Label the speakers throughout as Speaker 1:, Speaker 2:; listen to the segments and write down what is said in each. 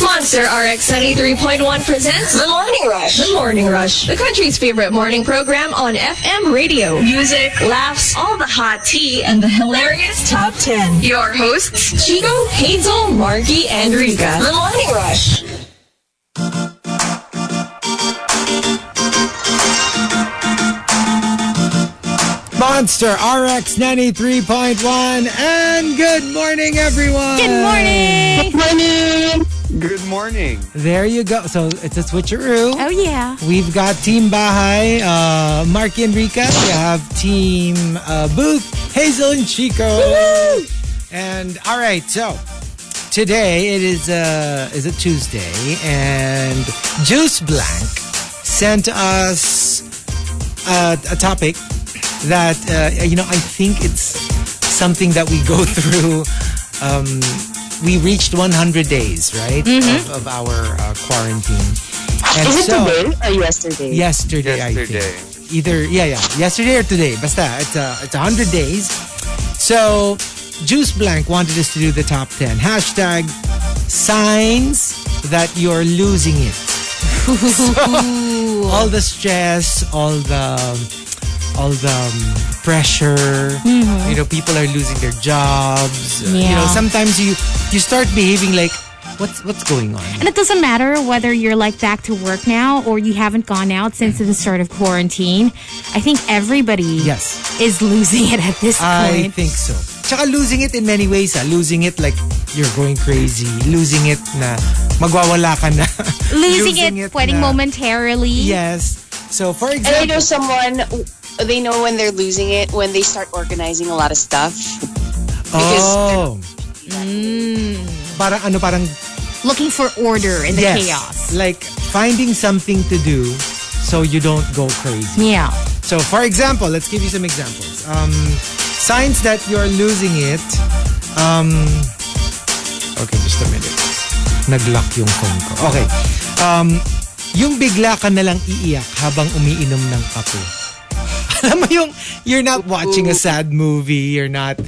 Speaker 1: Monster RX 73.1 presents The Morning Rush. The Morning Rush. The country's favorite morning program on FM radio. Music, laughs, all the hot tea, and the hilarious top 10. Your hosts, Chico, Hazel, Margie, and Rika. The Morning Rush.
Speaker 2: Monster RX 93.1 and good morning everyone.
Speaker 3: Good morning. Good morning.
Speaker 4: Good morning.
Speaker 2: There you go. So it's a switcheroo.
Speaker 3: Oh yeah.
Speaker 2: We've got Team Bahay, uh, Mark and Rika. We have Team uh, Booth, Hazel and Chico. And all right, so today it is uh is a Tuesday and Juice Blank sent us uh, a topic that uh, you know I think it's something that we go through. Um, we reached 100 days, right, of, of our uh, quarantine. And
Speaker 5: Is it
Speaker 2: so-
Speaker 5: today or yesterday?
Speaker 2: Yesterday, I
Speaker 4: Yesterday.
Speaker 2: think. Either yeah, yeah, yesterday or today. Basta, it's uh, it's 100 days. So, Juice Blank wanted us to do the top 10 hashtag signs that you're losing it. So, all the stress, all the all the um, pressure. You know, people are losing their jobs. You know,
Speaker 3: Yeah.
Speaker 2: sometimes you you start behaving like what's what's going on.
Speaker 3: And it doesn't matter whether you're like back to work now or you haven't gone out since the start of quarantine. I think everybody
Speaker 2: Yes.
Speaker 3: is losing it at this
Speaker 2: I
Speaker 3: point.
Speaker 2: think so. Tsaka losing it in many ways. Ah. Losing it like you're going crazy. Losing it na magwawala ka na.
Speaker 3: losing, it, pwedeng
Speaker 2: na-
Speaker 3: momentarily.
Speaker 2: Yes. So for
Speaker 5: And you know
Speaker 2: example,
Speaker 5: someone, they know when they're losing it when they start organizing a lot of stuff.
Speaker 2: oh,
Speaker 3: Hmm.
Speaker 2: parang ano parang
Speaker 3: Looking for order in the
Speaker 2: yes,
Speaker 3: chaos.
Speaker 2: like finding something to do so you don't go crazy.
Speaker 3: Yeah.
Speaker 2: So, for example, let's give you some examples. Um, signs that you're losing it. Um, okay, just a minute. Nag-lock yung phone ko. Okay. Um, yung bigla ka nalang iiyak habang umiinom ng kape. Alam mo yung, you're not watching a sad movie, you're not,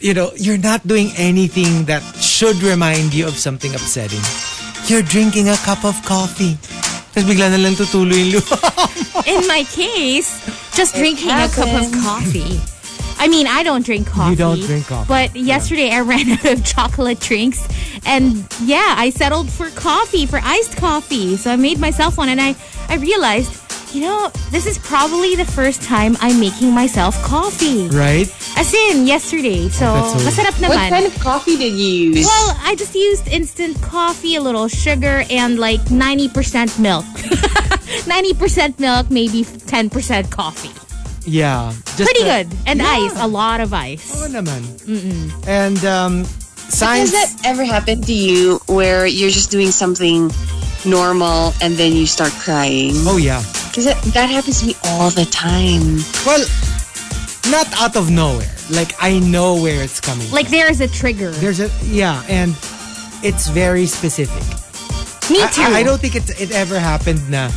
Speaker 2: you know, you're not doing anything that should remind you of something upsetting. You're drinking a cup of coffee. Tapos bigla nalang tutuloy yung luha.
Speaker 3: In my case, just drinking a cup of coffee. I mean, I don't drink coffee.
Speaker 2: don't drink coffee.
Speaker 3: But yesterday I ran out of chocolate drinks and yeah, I settled for coffee, for iced coffee. So I made myself one and I I realized, you know, this is probably the first time I'm making myself coffee.
Speaker 2: Right?
Speaker 3: As in yesterday. So,
Speaker 2: Oh, that's so-
Speaker 3: masarap
Speaker 5: What
Speaker 3: naman.
Speaker 5: kind of coffee did you use?
Speaker 3: well, I just used instant coffee, a little sugar, and like 90% milk. 90% milk, maybe 10% coffee.
Speaker 2: Yeah. Just
Speaker 3: Pretty
Speaker 2: a-
Speaker 3: good. And ice, a lot of ice.
Speaker 2: Oo naman. And um,
Speaker 5: Has
Speaker 2: signs...
Speaker 5: that ever happened to you where you're just doing something normal and then you start crying?
Speaker 2: oh yeah.
Speaker 5: Because that, that happens to me all the time.
Speaker 2: Well, not out of nowhere. Like I know where it's coming.
Speaker 3: Like there is a trigger.
Speaker 2: There's a yeah, and it's very specific.
Speaker 3: Me
Speaker 2: I-
Speaker 3: too.
Speaker 2: I, I don't think it it ever happened na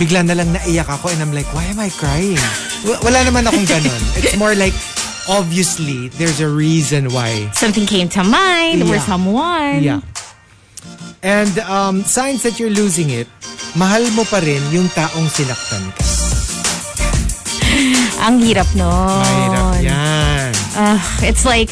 Speaker 2: bigla na lang naiyak ako and I'm like, why am I crying? W- wala naman akong ganun. It's more like obviously there's a reason why.
Speaker 3: Something came to mind or
Speaker 2: Yeah.
Speaker 3: someone.
Speaker 2: Yeah. And um, signs that you're losing it, mahal mo pa rin yung taong sinaktan ka.
Speaker 3: Ang hirap no.
Speaker 2: Mahirap yan.
Speaker 3: Ugh, it's like,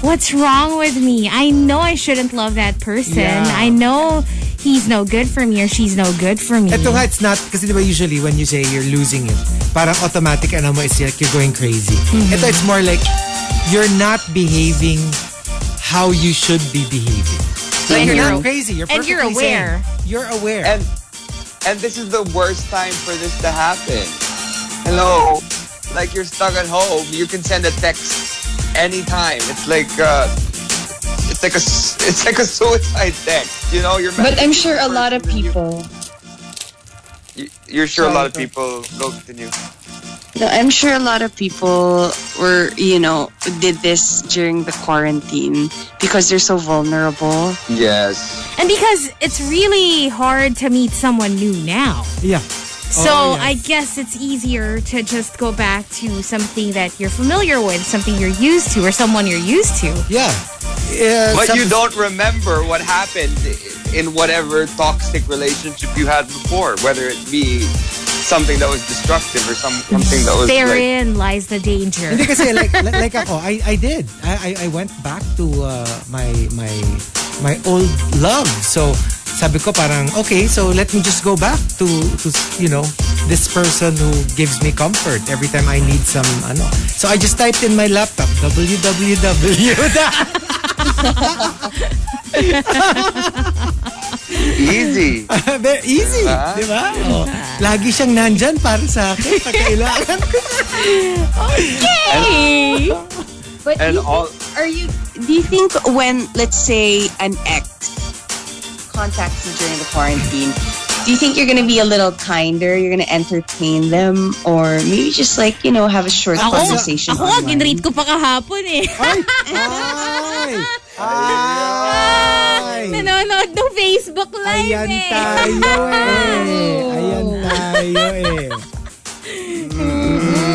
Speaker 3: what's wrong with me? I know I shouldn't love that person.
Speaker 2: Yeah.
Speaker 3: I know he's no good for me or she's no good for me.
Speaker 2: Ito nga, it's not, kasi di ba usually when you say you're losing it, parang automatic, ano mo, it's like you're going crazy.
Speaker 3: Mm-hmm.
Speaker 2: Ito, it's more like, you're not behaving how you should be behaving. Like,
Speaker 3: And
Speaker 2: you're,
Speaker 3: you're
Speaker 2: not
Speaker 3: aw-
Speaker 2: crazy. You're
Speaker 3: and you're
Speaker 2: perfectly sane.
Speaker 3: aware.
Speaker 2: You're aware.
Speaker 4: And and this is the worst time for this to happen. Hello. Like you're stuck at home, you can send a text anytime. It's like uh it's like a s- it's like a suicide text. You know, you're
Speaker 5: But I'm sure
Speaker 4: messaging
Speaker 5: a
Speaker 4: the
Speaker 5: lot of
Speaker 4: person and you-
Speaker 5: people.
Speaker 4: You, you're sure a lot of
Speaker 5: Sorry,
Speaker 4: people go continue.
Speaker 5: No, I'm sure a lot of people were, you know, did this during the quarantine because they're so vulnerable.
Speaker 4: Yes.
Speaker 3: and because it's really hard to meet someone new now.
Speaker 2: yeah.
Speaker 3: So
Speaker 2: Oh, yes.
Speaker 3: I guess it's easier to just go back to something that you're familiar with, something you're used to, or someone you're used to.
Speaker 2: Yeah. uh,
Speaker 4: But
Speaker 2: some-
Speaker 4: you don't remember what happened in whatever toxic relationship you had before, whether it be something that was destructive or some, something
Speaker 2: Oh,
Speaker 4: that was like,
Speaker 3: Therein lies the danger.
Speaker 2: Hindi kasi like li- like ako, I I did. I I, I went back to uh, my my my old love. So sabi ko parang okay, so let me just go back to to you know this person who gives me comfort every time I need some ano. So I just typed in my laptop www.
Speaker 4: easy.
Speaker 2: Very easy, di ba? Oh, lagi siyang nandyan para sa akin pag kailangan ko.
Speaker 3: Hey!
Speaker 5: But
Speaker 4: And
Speaker 5: you-
Speaker 4: all
Speaker 5: are you? Do you think when let's say an ex contacts you during the quarantine, do you think you're gonna be a little kinder? You're gonna entertain them, or maybe just like you know have a short
Speaker 3: Ako,
Speaker 5: conversation?
Speaker 3: ako ang
Speaker 5: online?
Speaker 3: ginread ko pa kahapon eh.
Speaker 2: Ay! Ay! Ay!
Speaker 3: Nanonood ng Facebook Live
Speaker 2: Ayan
Speaker 3: eh.
Speaker 2: tayo eh. Ayan tayo eh.
Speaker 3: Mm.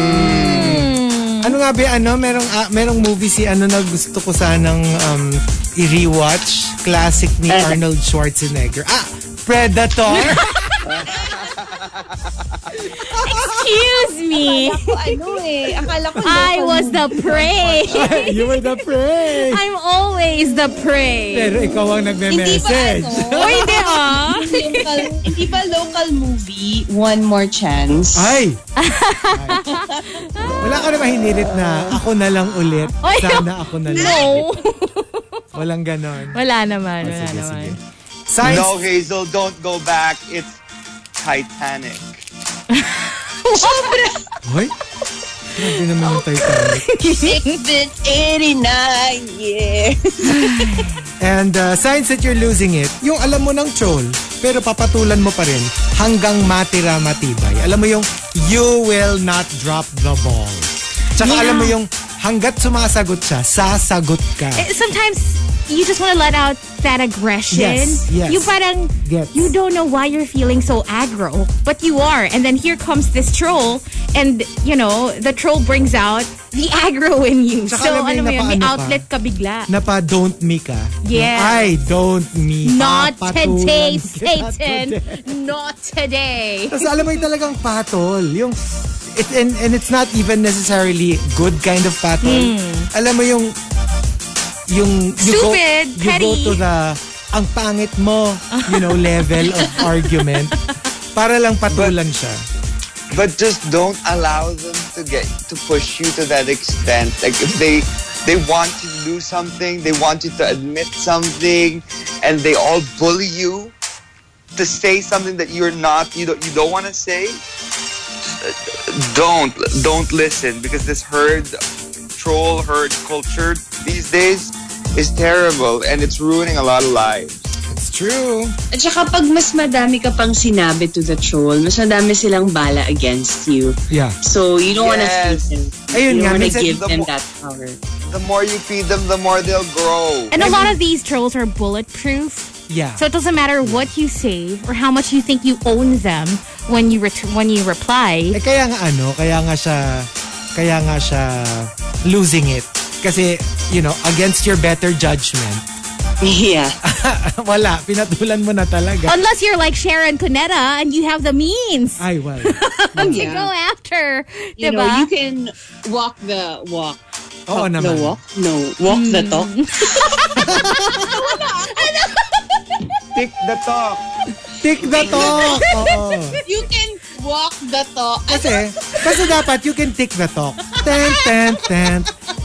Speaker 2: Ano nga ba, ano, merong, ah, merong movie si ano na gusto ko sanang um, i-rewatch. Classic ni Arnold Schwarzenegger. Ah, Predator.
Speaker 3: Excuse me.
Speaker 6: ano eh. Akala ko
Speaker 3: I
Speaker 6: local
Speaker 3: was the prey.
Speaker 2: you were the prey.
Speaker 3: I'm always the prey.
Speaker 2: Pero ikaw ang
Speaker 6: Hindi ba
Speaker 2: nagme-message.
Speaker 6: ano?
Speaker 3: O hindi ah.
Speaker 6: local,
Speaker 5: Hindi ba local movie One More
Speaker 3: ano?
Speaker 5: Chance?
Speaker 2: Ay! Ay. Wala ko naman hinirit na ako na lang ulit.
Speaker 3: Ay,
Speaker 2: Sana ako na lang ulit.
Speaker 3: No.
Speaker 2: Walang ganon.
Speaker 3: Wala naman, wala
Speaker 2: Ah, Sige,
Speaker 3: naman.
Speaker 2: sige. Science
Speaker 4: No, Hazel, don't go back. It's Titanic.
Speaker 2: Hoy? Grabe naman yung Titanic.
Speaker 5: It's 89 years.
Speaker 2: And uh, signs that you're losing it, yung alam mo ng troll, pero papatulan mo pa rin hanggang matira matibay. Alam mo yung you will not drop the ball. Tsaka alam mo yung hanggat sumasagot siya, sasagot ka.
Speaker 3: Eh, sometimes you just want to let out that aggression.
Speaker 2: Yes, yes.
Speaker 3: You parang
Speaker 2: Gets.
Speaker 3: you don't know why you're feeling so aggro, but you are. And then here comes this troll, and you know the troll brings out the aggro in you.
Speaker 2: Tsaka
Speaker 3: so
Speaker 2: alam mo
Speaker 3: ano
Speaker 2: yung
Speaker 3: mo yun, may
Speaker 2: napaano ka.
Speaker 3: outlet ka bigla.
Speaker 2: na pa don't me ka.
Speaker 3: Yes.
Speaker 2: I don't me.
Speaker 3: Not eh,
Speaker 2: Papatulan
Speaker 3: today,
Speaker 2: kita
Speaker 3: Satan.
Speaker 2: today.
Speaker 3: Not today.
Speaker 2: Tapos alam mo yung talagang patol. Yung, it, and, and it's not even necessarily good kind of patol.
Speaker 3: Hmm.
Speaker 2: Alam mo yung, yung, you go,
Speaker 3: Stupid,
Speaker 2: you go
Speaker 3: petty.
Speaker 2: to the, ang pangit mo, you know, level of argument. Para lang patulan siya.
Speaker 4: But just don't allow them to get to push you to that extent. Like if they they want you to do something, they want you to admit something, and they all bully you to say something that you're not you don't you don't want to say. Don't don't listen because this herd troll herd culture these days is terrible and it's ruining a lot of lives.
Speaker 2: It's true.
Speaker 5: At saka pag mas madami ka pang sinabi to the troll, mas madami silang bala against you.
Speaker 2: Yeah.
Speaker 5: So you don't wanna feed
Speaker 4: Yes.
Speaker 5: them.
Speaker 2: Ayun
Speaker 5: you don't
Speaker 2: nga,
Speaker 5: wanna
Speaker 2: minsan
Speaker 5: give
Speaker 4: the
Speaker 5: them
Speaker 4: mo-
Speaker 5: that power.
Speaker 4: The more you feed them, the more they'll grow.
Speaker 3: And a lot of these trolls are bulletproof.
Speaker 2: Yeah.
Speaker 3: So it doesn't matter what you say or how much you think you own them when you ret- when you reply.
Speaker 2: Eh, kaya nga ano, kaya nga siya, kaya nga siya losing it. Kasi, you know, against your better judgment,
Speaker 5: Yeah.
Speaker 2: wala, pinatulan mo na talaga.
Speaker 3: Unless you're like Sharon Cuneta and you have the means
Speaker 2: Ay, wala.
Speaker 3: to go after,
Speaker 5: You know,
Speaker 3: diba?
Speaker 5: you can walk the walk. Talk the
Speaker 2: Oo Oh, naman.
Speaker 5: walk? No. Walk the talk?
Speaker 4: Pick the talk.
Speaker 2: Tick the talk. Oo.
Speaker 5: You can walk the talk.
Speaker 2: Kasi, kasi dapat you can tick the talk. Ten, ten, ten.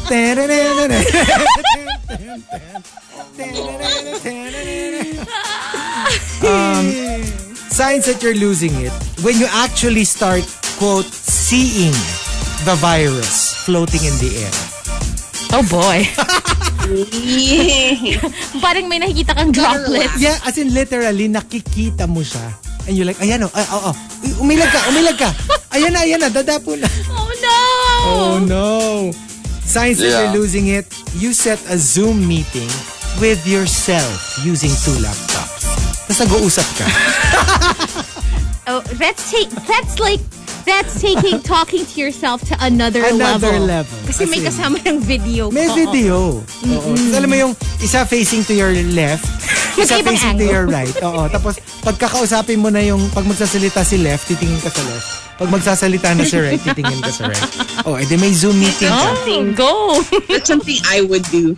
Speaker 2: Ten-ten-ten-ten. Ten-ten-ten-ten. Um, signs that you're losing it when you actually start quote seeing the virus floating in the air.
Speaker 3: Oh boy.
Speaker 5: Yeah.
Speaker 3: Parang may nakikita kang droplets.
Speaker 2: Yeah, as in literally, nakikita mo siya. And you're like, ayan o, oh, oh, umilag ka, umilag ka. Ayan na, ayan na, dadapo na.
Speaker 3: Oh no!
Speaker 2: Oh no. Signs that
Speaker 4: Yeah.
Speaker 2: you're losing it, you set a Zoom meeting with yourself using two laptops. Tapos nag-uusap ka.
Speaker 3: Oh, that's take that's like That's taking talking to yourself to another,
Speaker 2: Another level.
Speaker 3: level. Kasi may
Speaker 2: As in,
Speaker 3: kasama ng video
Speaker 2: May
Speaker 3: call.
Speaker 2: video. Oo. Tapos Alam mo yung isa facing to your left, isa
Speaker 3: Magkaibang
Speaker 2: facing to
Speaker 3: angle.
Speaker 2: your right. Oo. Tapos pagkakausapin mo na yung pag magsasalita si left, titingin ka sa left. Pag magsasalita na si right, titingin ka sa right. Oh, edi may Zoom meeting ka.
Speaker 3: Oh, go.
Speaker 7: That's something I would do.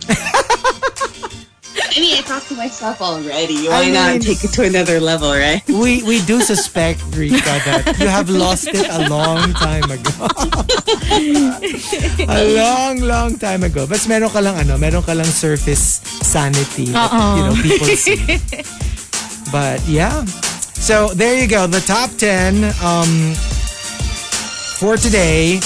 Speaker 7: I mean, I talk to myself already.
Speaker 2: I
Speaker 7: Why
Speaker 2: mean-
Speaker 7: not take it to another level, right?
Speaker 2: We we do suspect, Rika, that you have lost it a long time ago. a long, long time ago. But meron ka lang ano, meron ka lang surface sanity that,
Speaker 3: Oo.
Speaker 2: you know, people see. But yeah. So there you go. The top 10 um, for today.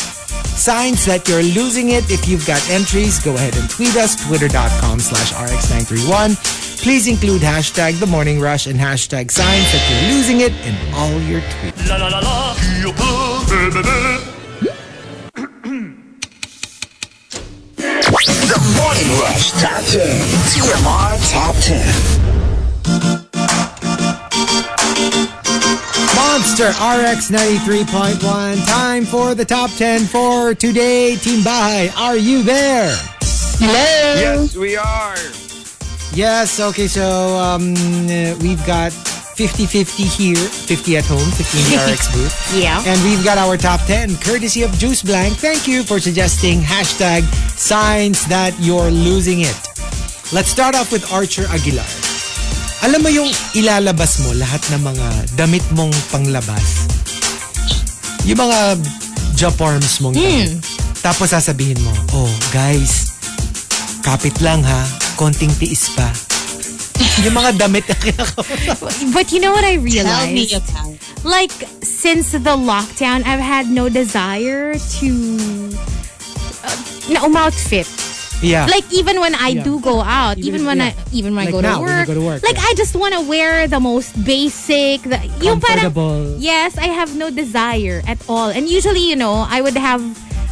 Speaker 2: Signs that you're losing it. If you've got entries, go ahead and tweet us, twitter.com slash rx931. Please include hashtag the morning rush and hashtag signs that you're losing it in all your tweets.
Speaker 8: La la la la, you pull, blah, blah, blah.
Speaker 2: Monster RX 93.1. Time for the top 10 for today. Team Bahay, are you there?
Speaker 4: Yes, we are.
Speaker 2: Yes, okay, so um, uh, we've got 50 50 here, 50 at home, 50 in the RX booth.
Speaker 3: Yeah.
Speaker 2: And we've got our top 10 courtesy of Juice Blank. Thank you for suggesting hashtag signs that you're losing it. Let's start off with Archer Aguilar. Alam mo yung ilalabas mo lahat ng mga damit mong panglabas? Yung mga Japorms mong damit. Tapos sasabihin mo, oh guys, kapit lang ha, konting tiis pa. yung mga damit na kinakawa.
Speaker 3: But you know what I realized?
Speaker 7: about it.
Speaker 3: like since the lockdown, I've had no desire to uh, no um, outfit.
Speaker 2: Yeah.
Speaker 3: Like even when I
Speaker 2: Yeah.
Speaker 3: do go out, even,
Speaker 2: Even-
Speaker 3: when
Speaker 2: yeah.
Speaker 3: I even when
Speaker 2: Like
Speaker 3: I go to
Speaker 2: now, when you
Speaker 3: work,
Speaker 2: go to work,
Speaker 3: like
Speaker 2: yeah.
Speaker 3: I just want to wear the most basic, the yung parang-
Speaker 2: Comfortable.
Speaker 3: yes, I have no desire at all. And usually, you know, I would have.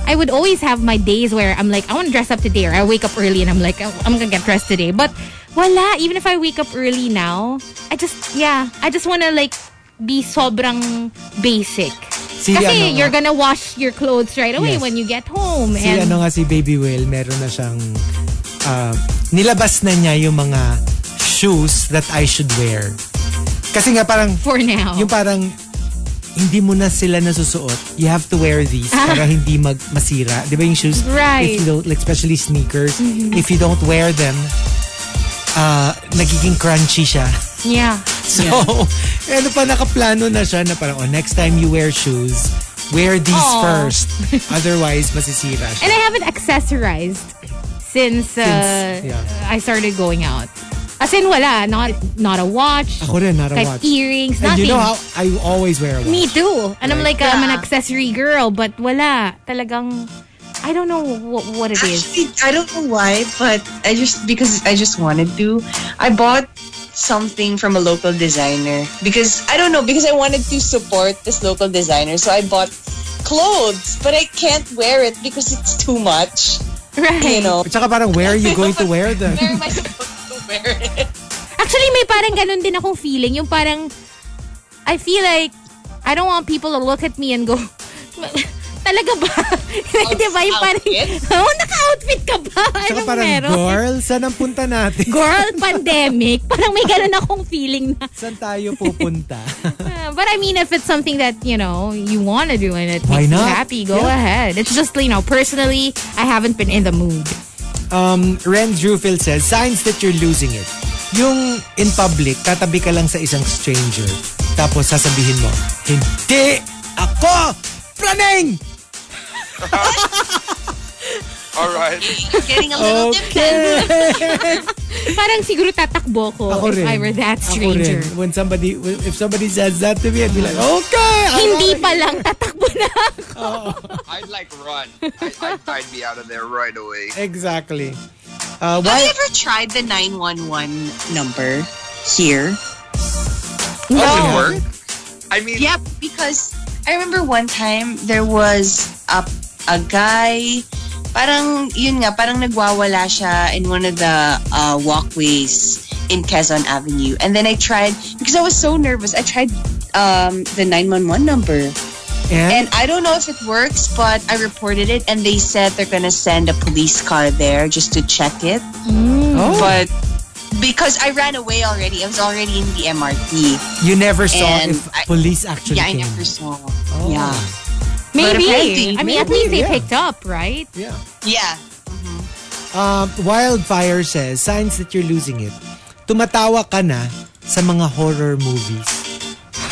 Speaker 3: I would always have my days where I'm like, I want to dress up today, or I wake up early and I'm like, "Oh, I'm gonna get dressed today. But voila, even if I wake up early now, I just, yeah, I just want to like be sobrang basic.
Speaker 2: Si ano
Speaker 3: Kasi
Speaker 2: nga.
Speaker 3: you're gonna wash your clothes right away
Speaker 2: Yes.
Speaker 3: when you get home.
Speaker 2: Si
Speaker 3: and
Speaker 2: ano nga si Baby Will, meron na siyang ah, nilabas na niya yung mga shoes that I should wear. Kasi nga parang
Speaker 3: for now.
Speaker 2: yung parang hindi mo na sila nasusuot. You have to wear these para hindi mag masira. 'Di ba yung shoes?
Speaker 3: Ah. Right. Mm-hmm.
Speaker 2: If you don't, like, especially sneakers, if you don't wear them, uh, nagiging crunchy siya.
Speaker 3: yeah.
Speaker 2: So, ano pa nakaplano na siya na parang, oh, next time you wear shoes, wear these
Speaker 3: Aw.
Speaker 2: first. Otherwise, masisira siya.
Speaker 3: And I haven't accessorized since, uh,
Speaker 2: Since, yeah.
Speaker 3: I started going out. As in, wala. Not, not a watch.
Speaker 2: Ako rin, not a
Speaker 3: Kahit
Speaker 2: watch.
Speaker 3: earrings,
Speaker 2: And you
Speaker 3: nothing.
Speaker 2: know how I always wear a watch.
Speaker 3: Me too. And I'm like, I'm an accessory girl, but wala. Talagang, I don't know what, what it is.
Speaker 7: Actually, I don't know why, but I just because I just wanted to. I bought something from a local designer because I don't know because I wanted to support this local designer, so I bought clothes, but I can't wear it because it's too much.
Speaker 3: Right.
Speaker 7: You know,
Speaker 2: At saka parang, where are you going to wear them?
Speaker 7: where am I supposed to wear it?
Speaker 3: Actually, may parang ganun din akong feeling. Yung parang, I feel like, I don't want people to look at me and go, talaga ba? Di ba? Yung parang, oh, naka-outfit ka ba?
Speaker 2: Saka
Speaker 3: Anong
Speaker 2: parang,
Speaker 3: meron?
Speaker 2: girl, saan ang punta natin?
Speaker 3: Girl, pandemic. Parang may ganun akong feeling na.
Speaker 2: Saan tayo pupunta?
Speaker 3: Uh, but I mean, if it's something that, you know, you want to do and it
Speaker 2: Why
Speaker 3: makes
Speaker 2: not?
Speaker 3: you happy, go
Speaker 2: Yeah.
Speaker 3: ahead. It's just, you know, personally, I haven't been in the mood.
Speaker 2: um, Ren Drufil says, signs that you're losing it. Yung in public, tatabi ka lang sa isang stranger. Tapos sasabihin mo, hindi ako praning!
Speaker 4: All right.
Speaker 7: Getting a
Speaker 3: Ano,
Speaker 7: little
Speaker 2: Okay.
Speaker 3: Parang siguro tatakbo ko
Speaker 2: Ako rin.
Speaker 3: if I were that
Speaker 2: Ako rin.
Speaker 3: stranger.
Speaker 2: When somebody, if somebody says that to me, I'd be like, okay! I'll
Speaker 3: Hindi pa lang tatakbo na.
Speaker 4: I'd like run. I, I'd, I'd be out of there right away.
Speaker 2: Exactly. Uh,
Speaker 7: Have you
Speaker 2: why?
Speaker 7: ever tried the nine one one number here?
Speaker 4: Does it work? I mean,
Speaker 7: Yep, because I remember one time there was a, a guy, parang yun nga, parang nagwawala siya in one of the uh, walkways in Quezon Avenue. And then I tried, because I was so nervous, I tried um, the 911 number.
Speaker 2: And,
Speaker 5: And I don't know if it works, but I reported it and they said they're going to send a police car there just to check it.
Speaker 2: oh,
Speaker 5: But because I ran away already, I was already in the MRT.
Speaker 2: you never saw
Speaker 5: and
Speaker 2: if
Speaker 5: I-
Speaker 2: police actually
Speaker 5: Yeah, I
Speaker 2: came.
Speaker 5: never saw.
Speaker 2: Oh.
Speaker 5: Yeah.
Speaker 3: Maybe.
Speaker 5: apparently-
Speaker 3: I mean, at least they
Speaker 2: yeah.
Speaker 3: picked up, right?
Speaker 2: Yeah.
Speaker 5: Yeah.
Speaker 2: Um, Wildfire says, signs that you're losing it. Tumatawa ka na sa mga horror movies.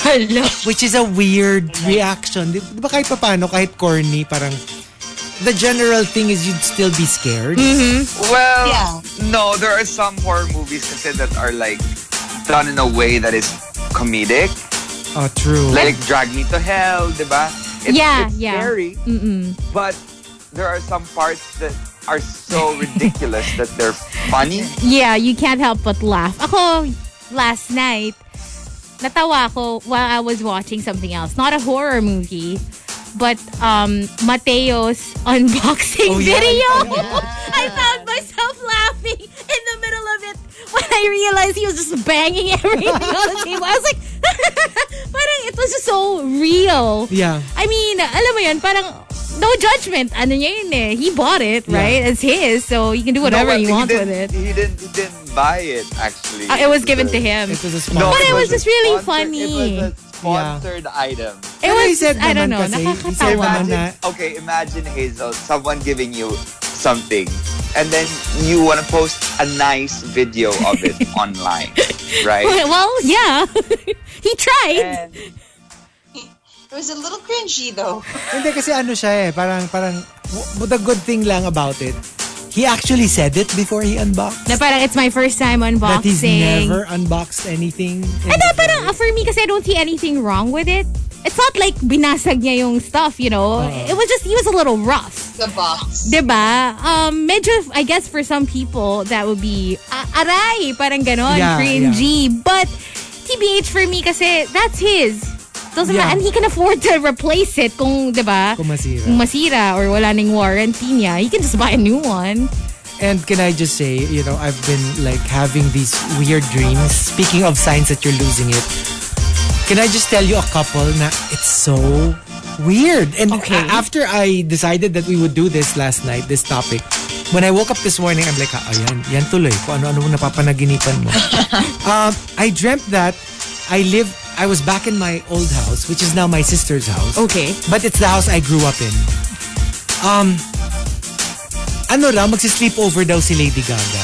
Speaker 3: Hello.
Speaker 2: Which is a weird reaction. Di, di ba kahit papano, kahit corny, parang the general thing is you'd still be scared.
Speaker 3: Hmm.
Speaker 4: Well,
Speaker 5: Yeah.
Speaker 4: no, there are some horror movies kasi that are like done in a way that is comedic.
Speaker 2: Oh, true.
Speaker 4: Like Drag Me to Hell, di ba? It's,
Speaker 3: Yeah,
Speaker 4: it's
Speaker 3: yeah.
Speaker 4: scary,
Speaker 3: Mm-mm.
Speaker 4: but there are some parts that are so ridiculous that they're funny.
Speaker 3: Yeah, you can't help but laugh. Ako, last night, natawa ako while I was watching something else. Not a horror movie, but um, Mateo's unboxing
Speaker 2: Oh, yeah.
Speaker 3: video. I found myself laughing in the middle of it when I realized he was just banging everything on the table. I was like, parang it was just so real.
Speaker 2: Yeah.
Speaker 3: I mean, alam mo yun, parang no judgment. Ano niya yun eh. He bought it,
Speaker 2: Yeah.
Speaker 3: right? It's his, so you can do whatever
Speaker 4: No,
Speaker 3: you
Speaker 4: he
Speaker 3: want with
Speaker 4: didn't-
Speaker 3: it.
Speaker 4: He didn't, he didn't buy it, actually.
Speaker 3: Uh, it was given to
Speaker 4: a-
Speaker 3: him.
Speaker 2: It was a
Speaker 4: No,
Speaker 2: small
Speaker 3: But it was
Speaker 4: a
Speaker 3: just really
Speaker 4: sponsor-
Speaker 3: funny.
Speaker 4: It was a sponsored item.
Speaker 3: It
Speaker 2: Pero he
Speaker 3: was,
Speaker 2: said
Speaker 3: I don't know,
Speaker 2: naman kasi, he said
Speaker 3: nakakatawa.
Speaker 2: naman-
Speaker 4: Imagine, okay, imagine Hazel, someone giving you something, and then you want to post a nice video of it online, right?
Speaker 3: Well, yeah. he tried.
Speaker 4: And
Speaker 5: It was a little cringy though.
Speaker 2: Hindi kasi ano siya eh, parang, parang, w- the good thing lang about it, he actually said it before he unboxed.
Speaker 3: Na parang, it's my first time unboxing.
Speaker 2: That he's never unboxed anything.
Speaker 3: And then parang, uh, for me, kasi I don't see anything wrong with it. It's not like binasag niya yung stuff, you know?
Speaker 2: Uh-huh.
Speaker 3: It was just, he was a little rough.
Speaker 5: The box.
Speaker 3: Diba? Um, medyo, I guess for some people, that would be, uh, aray, parang ganon,
Speaker 2: Yeah,
Speaker 3: cringy. But, TBH for me kasi, that's his. Doesn't
Speaker 2: Yeah.
Speaker 3: matter. And he can afford to replace it kung, diba?
Speaker 2: Kung masira.
Speaker 3: Kung masira or wala nang warranty niya, he can just buy a new one.
Speaker 2: And can I just say, you know, I've been like having these weird dreams. Speaking of signs that you're losing it, can I just tell you a couple na it's so weird. And
Speaker 3: Okay.
Speaker 2: a- after I decided that we would do this last night, this topic, when I woke up this morning, I'm like, ah, ayan, yan tuloy. Kung ano-ano mo napapanaginipan mo. um, I dreamt that I lived, I was back in my old house, which is now my sister's house.
Speaker 3: Okay.
Speaker 2: But it's the house I grew up in. Um, ano raw, magsisleep over daw si Lady Gaga.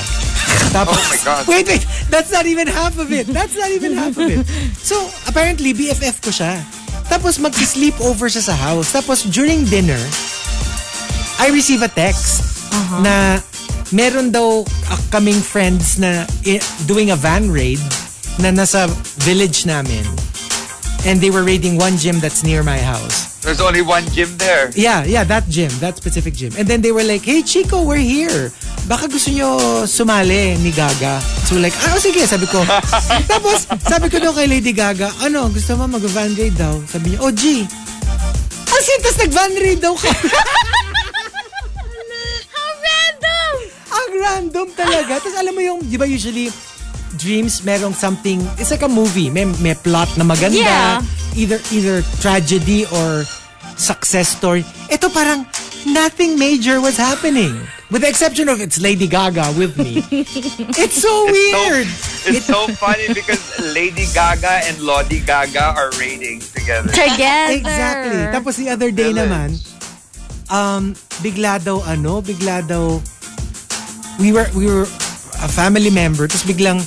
Speaker 2: Tapos,
Speaker 4: Oh my God.
Speaker 2: Wait, wait. That's not even half of it. That's not even half of it. So, apparently, BFF ko siya. Tapos, magsisleep over siya sa house. Tapos, during dinner, I receive a text na meron daw ah, kaming friends na i- doing a van raid na nasa village namin. And they were raiding one gym that's near my house.
Speaker 4: there's only one gym there.
Speaker 2: Yeah, yeah, that gym, that specific gym. And then they were like, hey Chico, we're here. Baka gusto nyo sumali ni Gaga. So we're like, ah, oh, sige, sabi ko. Tapos, sabi ko daw kay Lady Gaga, ano, gusto mo mag-van raid daw? Sabi niya, oh G, as in, tas nag-van raid daw ka.
Speaker 3: How random!
Speaker 2: Ang random talaga. Tapos alam mo yung, di ba usually, dreams merong something, it's like a movie, may, may plot na maganda.
Speaker 3: Yeah.
Speaker 2: Either, either tragedy or success story. Ito parang, nothing major was happening. With the exception of it's Lady Gaga with me. it's so weird.
Speaker 4: So, it's so funny because Lady Gaga and Lodi Gaga are raiding together.
Speaker 2: Ah,
Speaker 3: Together.
Speaker 2: Exactly. Tapos the other day
Speaker 4: Village.
Speaker 2: naman, um, bigla daw ano, bigla daw, we were, we were a family member, tapos biglang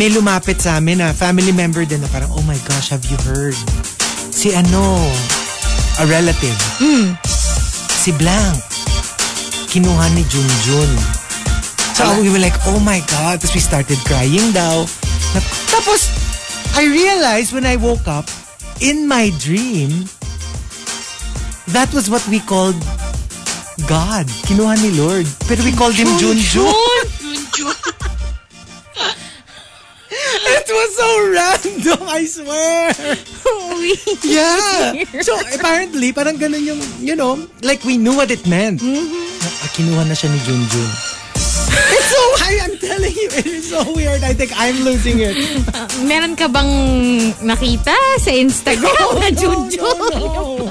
Speaker 2: may lumapit sa amin na family member din na parang, oh my gosh, have you heard? Si ano, a relative. Si Blank. Kinuha ni Junjun. So we were like, oh my God. Tapos we started crying daw. Nap- Tapos, I realized when I woke up, in my dream, that was what we called God. Kinuha ni Lord. Pero we called him Junjun. It was so random, I swear. Yeah. So apparently, parang ganun yung, you know, like
Speaker 5: Mm-hmm.
Speaker 2: we knew what it meant. mm Kinuha na siya ni Junjun. It's so, I, I'm telling it is so weird. I think I'm losing it.
Speaker 3: Meron ka bang nakita sa Instagram na Junjun?
Speaker 2: Oh,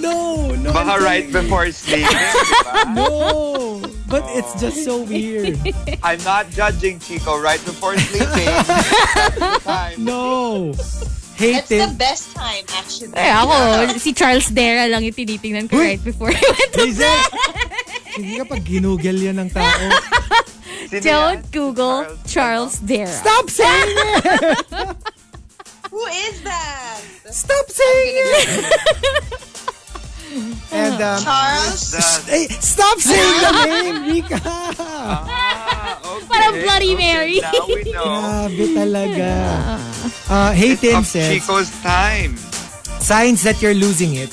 Speaker 2: No, no, no.
Speaker 4: Baka
Speaker 2: I'm
Speaker 4: right before sleeping, di ba?
Speaker 2: No, but it's just so weird.
Speaker 4: I'm not judging Chico right before sleeping. That's the time.
Speaker 2: No, hate
Speaker 5: That's the
Speaker 2: it.
Speaker 5: best time, actually.
Speaker 3: Eh, ako, si Charles Dera lang yung tinitingnan ko right before I went to
Speaker 2: Hazel, hindi ka pag ginugel yan ng tao.
Speaker 4: Sino yan?
Speaker 3: Don't
Speaker 4: Si
Speaker 3: Google Charles Dera.
Speaker 2: ah. Stop saying it!
Speaker 5: Who is that?
Speaker 2: Stop saying it! And um,
Speaker 5: Charles?
Speaker 4: Charles?
Speaker 2: hey, stop saying the name, Rika!
Speaker 4: Ah, okay.
Speaker 3: Parang Bloody
Speaker 4: okay,
Speaker 3: Mary.
Speaker 4: Now
Speaker 2: Oh.
Speaker 4: we know.
Speaker 2: Grabe talaga. Uh,
Speaker 4: It's
Speaker 2: Hayden
Speaker 4: of
Speaker 2: says,
Speaker 4: Chico's time.
Speaker 2: signs that you're losing it,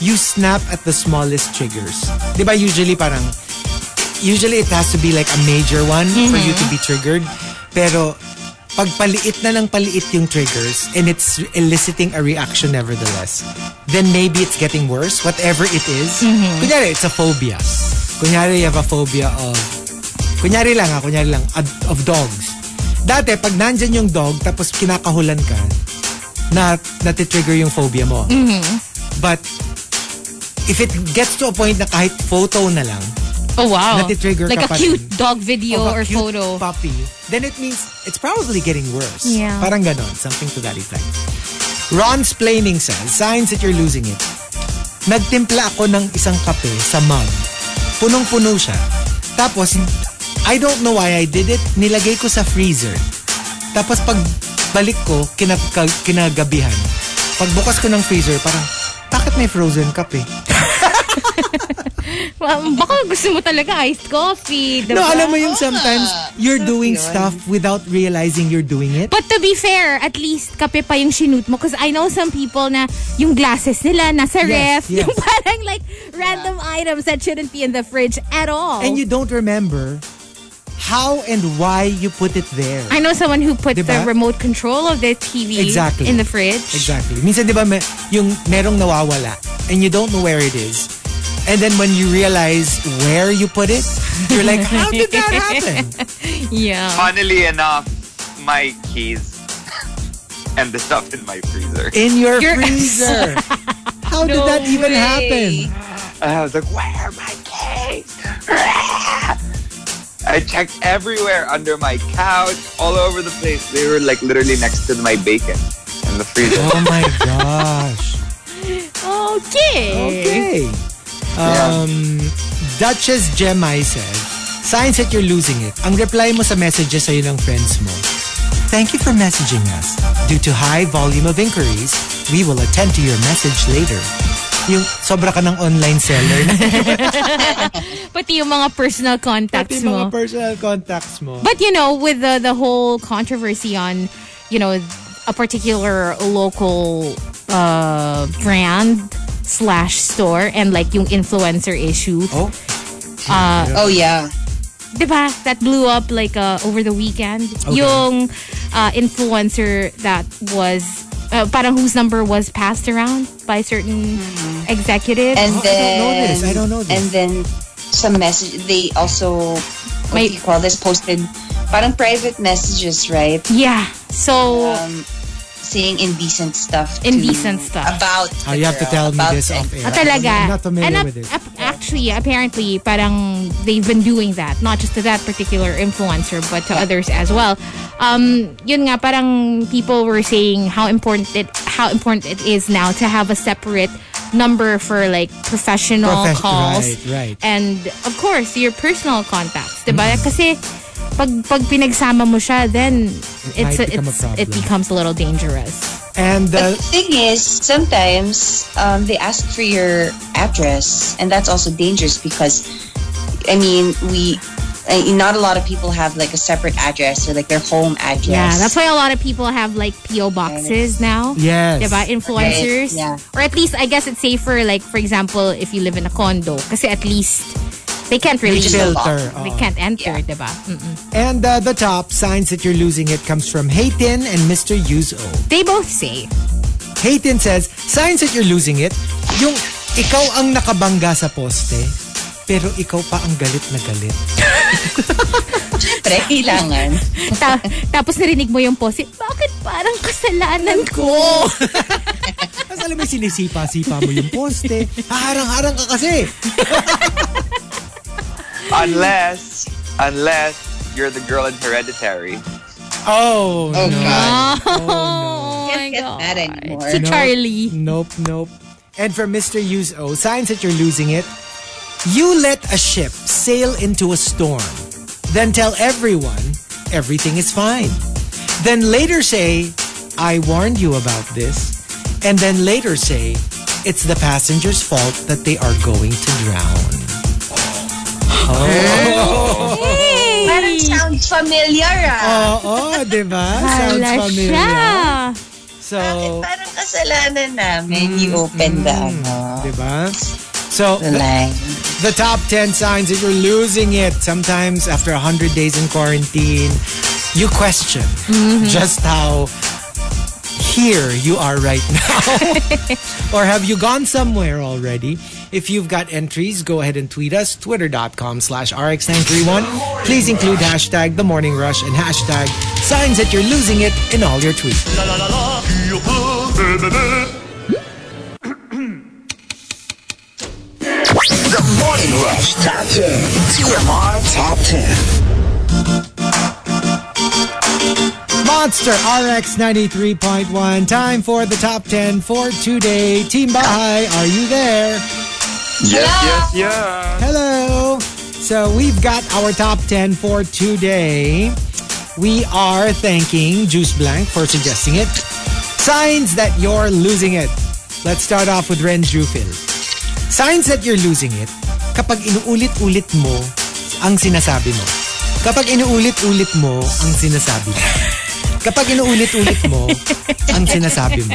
Speaker 2: you snap at the smallest triggers. Di ba usually parang, usually it has to be like a major one for you to be triggered. Pero pag paliit na ng paliit yung triggers and it's eliciting a reaction nevertheless, then maybe it's getting worse, whatever it is. Kunyari, it's a phobia. Kunyari, you have a phobia of Kunyari lang ha, kunyari lang, ad- of dogs. Dati, pag nandyan yung dog, tapos kinakahulan ka, na natitrigger yung phobia mo. But, if it gets to a point na kahit photo na lang,
Speaker 3: Oh, wow.
Speaker 2: Natitrigger
Speaker 3: like
Speaker 2: ka
Speaker 3: a
Speaker 2: pa
Speaker 3: cute
Speaker 2: rin.
Speaker 3: dog video
Speaker 2: of a
Speaker 3: or
Speaker 2: cute
Speaker 3: photo.
Speaker 2: puppy, then it means it's probably getting worse.
Speaker 3: Yeah.
Speaker 2: Parang ganon, something to that effect. Ron's Planing says, signs that you're losing it. Nagtimpla ako ng isang kape sa mug. Punong-puno siya. Tapos, I don't know why I did it, nilagay ko sa freezer. Tapos pag balik ko, kinag kinagabihan. Pagbukas ko ng freezer, parang, bakit may frozen kape?
Speaker 3: Well, baka gusto mo talaga iced coffee. Diba?
Speaker 2: No, alam mo yung sometimes, you're doing stuff without realizing you're doing it.
Speaker 3: But to be fair, at least kape pa yung sinute mo. Because I know some people na yung glasses nila nasa
Speaker 2: Yes,
Speaker 3: ref.
Speaker 2: yes.
Speaker 3: Yung parang like random items that shouldn't be in the fridge at all.
Speaker 2: and you don't remember how and why you put it there.
Speaker 3: I know someone who put
Speaker 2: Diba?
Speaker 3: the remote control of their TV
Speaker 2: Exactly.
Speaker 3: in the fridge.
Speaker 2: Exactly. Minsan, di ba, may- yung merong nawawala and you don't know where it is. And then when you realize where you put it, you're like, how did that happen?
Speaker 3: Yeah.
Speaker 4: Funnily enough, my keys and the stuff in my freezer.
Speaker 2: In your
Speaker 3: Your-
Speaker 2: freezer. How did that even happen?
Speaker 4: I was like, where are my keys? I checked everywhere under my couch, all over the place. They were like literally next to my bacon in the freezer.
Speaker 2: Oh my gosh.
Speaker 3: Okay.
Speaker 2: Okay.
Speaker 4: Yeah.
Speaker 2: Um, Duchess Gemai said, signs that you're losing it. Ang reply mo sa messages sa'yo ng friends mo, Thank you for messaging us. Due to high volume of inquiries, we will attend to your message later. Yung sobra ka ng online seller na
Speaker 3: Pati yung mga personal contacts
Speaker 2: yung mga
Speaker 3: mo.
Speaker 2: personal contacts mo.
Speaker 3: But you know, with the the whole controversy on, you know, a particular local uh, brand slash store and like yung influencer issue,
Speaker 2: oh,
Speaker 3: Uh,
Speaker 5: Oh, yeah.
Speaker 3: diba? That blew up like uh, over the weekend.
Speaker 2: Okay.
Speaker 3: Yung uh, influencer that was uh, parang whose number was passed around by certain executives.
Speaker 5: And
Speaker 2: Oh, I don't
Speaker 5: then,
Speaker 2: know this. I don't know this.
Speaker 5: And then, some message, they also, what
Speaker 3: May-
Speaker 5: do you call this, posted parang private messages, right?
Speaker 3: yeah. So
Speaker 5: Um, saying indecent stuff. to-
Speaker 3: Indecent stuff.
Speaker 5: About
Speaker 2: oh, you have to
Speaker 5: girl,
Speaker 2: tell me
Speaker 5: about
Speaker 2: this
Speaker 5: the-
Speaker 2: off air.
Speaker 3: Ah, talaga.
Speaker 2: I'm not familiar
Speaker 3: And ap-
Speaker 2: with it.
Speaker 3: ap- actually, apparently, parang they've been doing that. Not just to that particular influencer, but to others as well. Um, yun nga, parang people were saying how important it, how important it is now to have a separate number for like professional
Speaker 2: Profes-
Speaker 3: calls.
Speaker 2: right, right.
Speaker 3: And of course, your personal contacts. Diba? Kasi pag, pag pinagsama mo siya, then
Speaker 2: It
Speaker 3: it's,
Speaker 2: might become
Speaker 3: a-
Speaker 2: a
Speaker 3: it's- it
Speaker 2: problem.
Speaker 3: becomes a little dangerous.
Speaker 2: And
Speaker 5: But
Speaker 2: uh,
Speaker 5: the thing is, sometimes um, they ask for your address, and that's also dangerous because, I mean, we, I mean, not a lot of people have like a separate address or like their home address.
Speaker 3: Yeah, that's why a lot of people have like PO boxes now.
Speaker 2: yes.
Speaker 3: Diba? Influencers.
Speaker 5: Right, yeah.
Speaker 3: Or at least, I guess it's safer, like, for example, if you live in a condo. Kasi at least, they can't really...
Speaker 2: filter.
Speaker 3: They
Speaker 2: oo.
Speaker 3: can't enter,
Speaker 5: Yeah.
Speaker 3: diba? Mm-mm.
Speaker 2: And uh, the top signs that you're losing it comes from Hayden and Mr. Yuzo.
Speaker 3: They both say.
Speaker 2: Hayden says, signs that you're losing it, yung ikaw ang nakabangga sa poste, pero ikaw pa ang galit na galit.
Speaker 5: Siyempre, kailangan.
Speaker 3: Ta- tapos narinig mo yung posit, bakit parang kasalanan ko?
Speaker 2: Tapos alam mo, sinisipa-sipa mo yung poste. Haharang-harang ka kasi.
Speaker 4: Unless, unless you're the girl in Hereditary.
Speaker 2: Oh,
Speaker 5: Oh,
Speaker 2: no.
Speaker 5: God.
Speaker 3: Oh,
Speaker 5: Can't
Speaker 3: my
Speaker 5: get
Speaker 3: God.
Speaker 5: mad anymore.
Speaker 3: So, Charlie.
Speaker 2: Nope, nope. And for Mr. Use O, signs that you're losing it. You let a ship sail into a storm, then tell everyone everything is fine. Then later say, I warned you about this. And then later say, it's the passenger's fault that they are going to drown.
Speaker 5: Parang sounds familiar ah.
Speaker 2: Oo, di ba?
Speaker 3: Hala
Speaker 2: Oh, Sounds
Speaker 3: siya.
Speaker 2: familiar. So,
Speaker 5: Bakit parang kasalanan namin? You Oh. open the, ano,
Speaker 2: di ba? So,
Speaker 5: the line.
Speaker 2: the top 10 signs that you're losing it. Sometimes after 100 days in quarantine, you question just how here you are right now. or have you gone somewhere already? If you've got entries, go ahead and tweet us, twitter.com slash rx931. Please include hashtag the morning rush and hashtag signs that you're losing it in all your tweets.
Speaker 9: La la la la, Kyoto, da da da.
Speaker 8: The Morning Rush Top 10. TMR Top 10.
Speaker 2: Monster RX 93.1. Time for the top 10 for today. Team Bahay, are you there?
Speaker 4: Yes, yes, yes.
Speaker 2: Hello. So we've got our top 10 for today. We are thanking Juice Blank for suggesting it. Signs that you're losing it. Let's start off with Renz Rufil. Signs that you're losing it kapag inuulit-ulit mo ang sinasabi mo. Kapag inuulit-ulit mo ang sinasabi mo. Kapag inuulit-ulit mo ang sinasabi mo.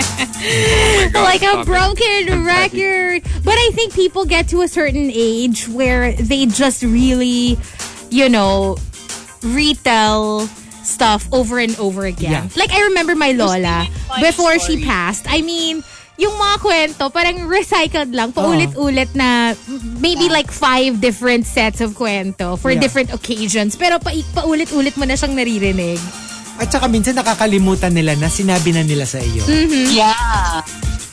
Speaker 3: like a
Speaker 4: stop it.
Speaker 3: broken record. But I think people get to a certain age where they just really, you know, retell stuff over and over
Speaker 2: Yeah.
Speaker 3: again. Like I remember my lola before she passed. I mean, yung mga kwento parang recycled lang,
Speaker 2: Oh.
Speaker 3: paulit-ulit na maybe like five different sets of kwento for
Speaker 2: Yeah.
Speaker 3: different occasions. Pero pa paulit-ulit mo na siyang naririnig.
Speaker 2: At saka minsan nakakalimutan nila na sinabi na nila sa iyo.
Speaker 7: Yeah.